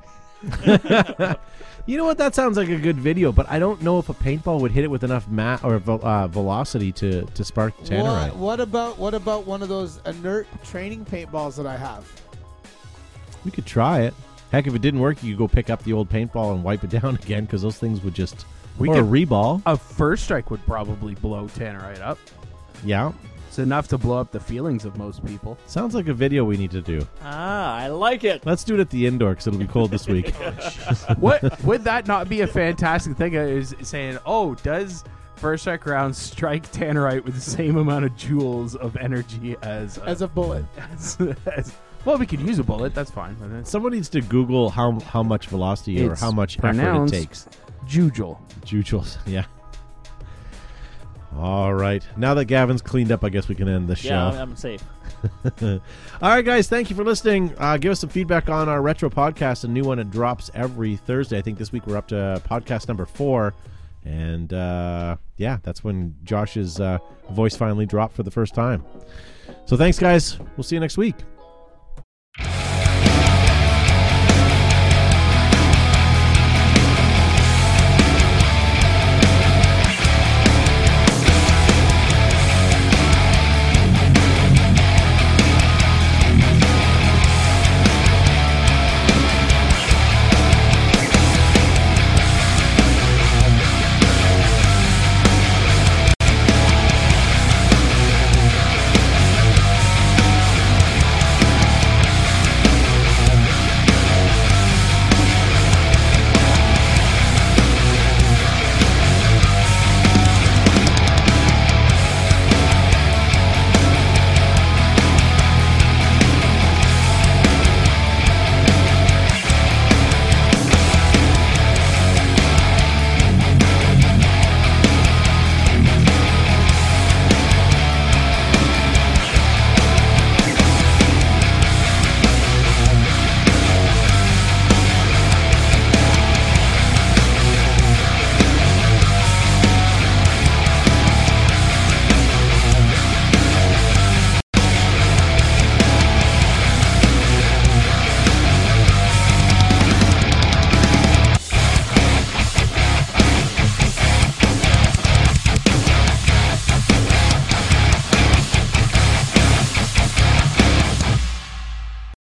A: You know what? That sounds like a good video, but I don't know if a paintball would hit it with enough ma- or vel- uh, velocity to to spark tannerite.
C: What, what about what about one of those inert training paintballs that I have?
A: We could try it. Heck, if it didn't work, you could go pick up the old paintball and wipe it down again because those things would just.
B: We
A: or a
B: could-
A: reball.
B: A first strike would probably blow Tanner right up.
A: Yeah.
B: It's enough to blow up the feelings of most people.
A: Sounds like a video we need to do.
E: Ah, I like it.
A: Let's do it at the indoor because it'll be cold this week.
B: What would that not be a fantastic thing? uh, Is saying, oh, does first strike round strike Tannerite with the same amount of joules of energy as uh,
C: As a bullet.
B: as, as- well? We could use a bullet. That's fine. But it's
A: Someone needs to Google how how much velocity or
B: It's
A: how much effort it
B: pronounced-
A: takes.
B: Jujol.
A: Jujils. Yeah. All right. Now that Gavin's cleaned up, I guess we can end the show.
E: Yeah, I'm, I'm safe.
A: All right, guys, thank you for listening. Uh, give us some feedback on our retro podcast, a new one that drops every Thursday. I think this week we're up to podcast number four. And uh, yeah, that's when Josh's uh, voice finally dropped for the first time. So thanks, guys. We'll see you next week.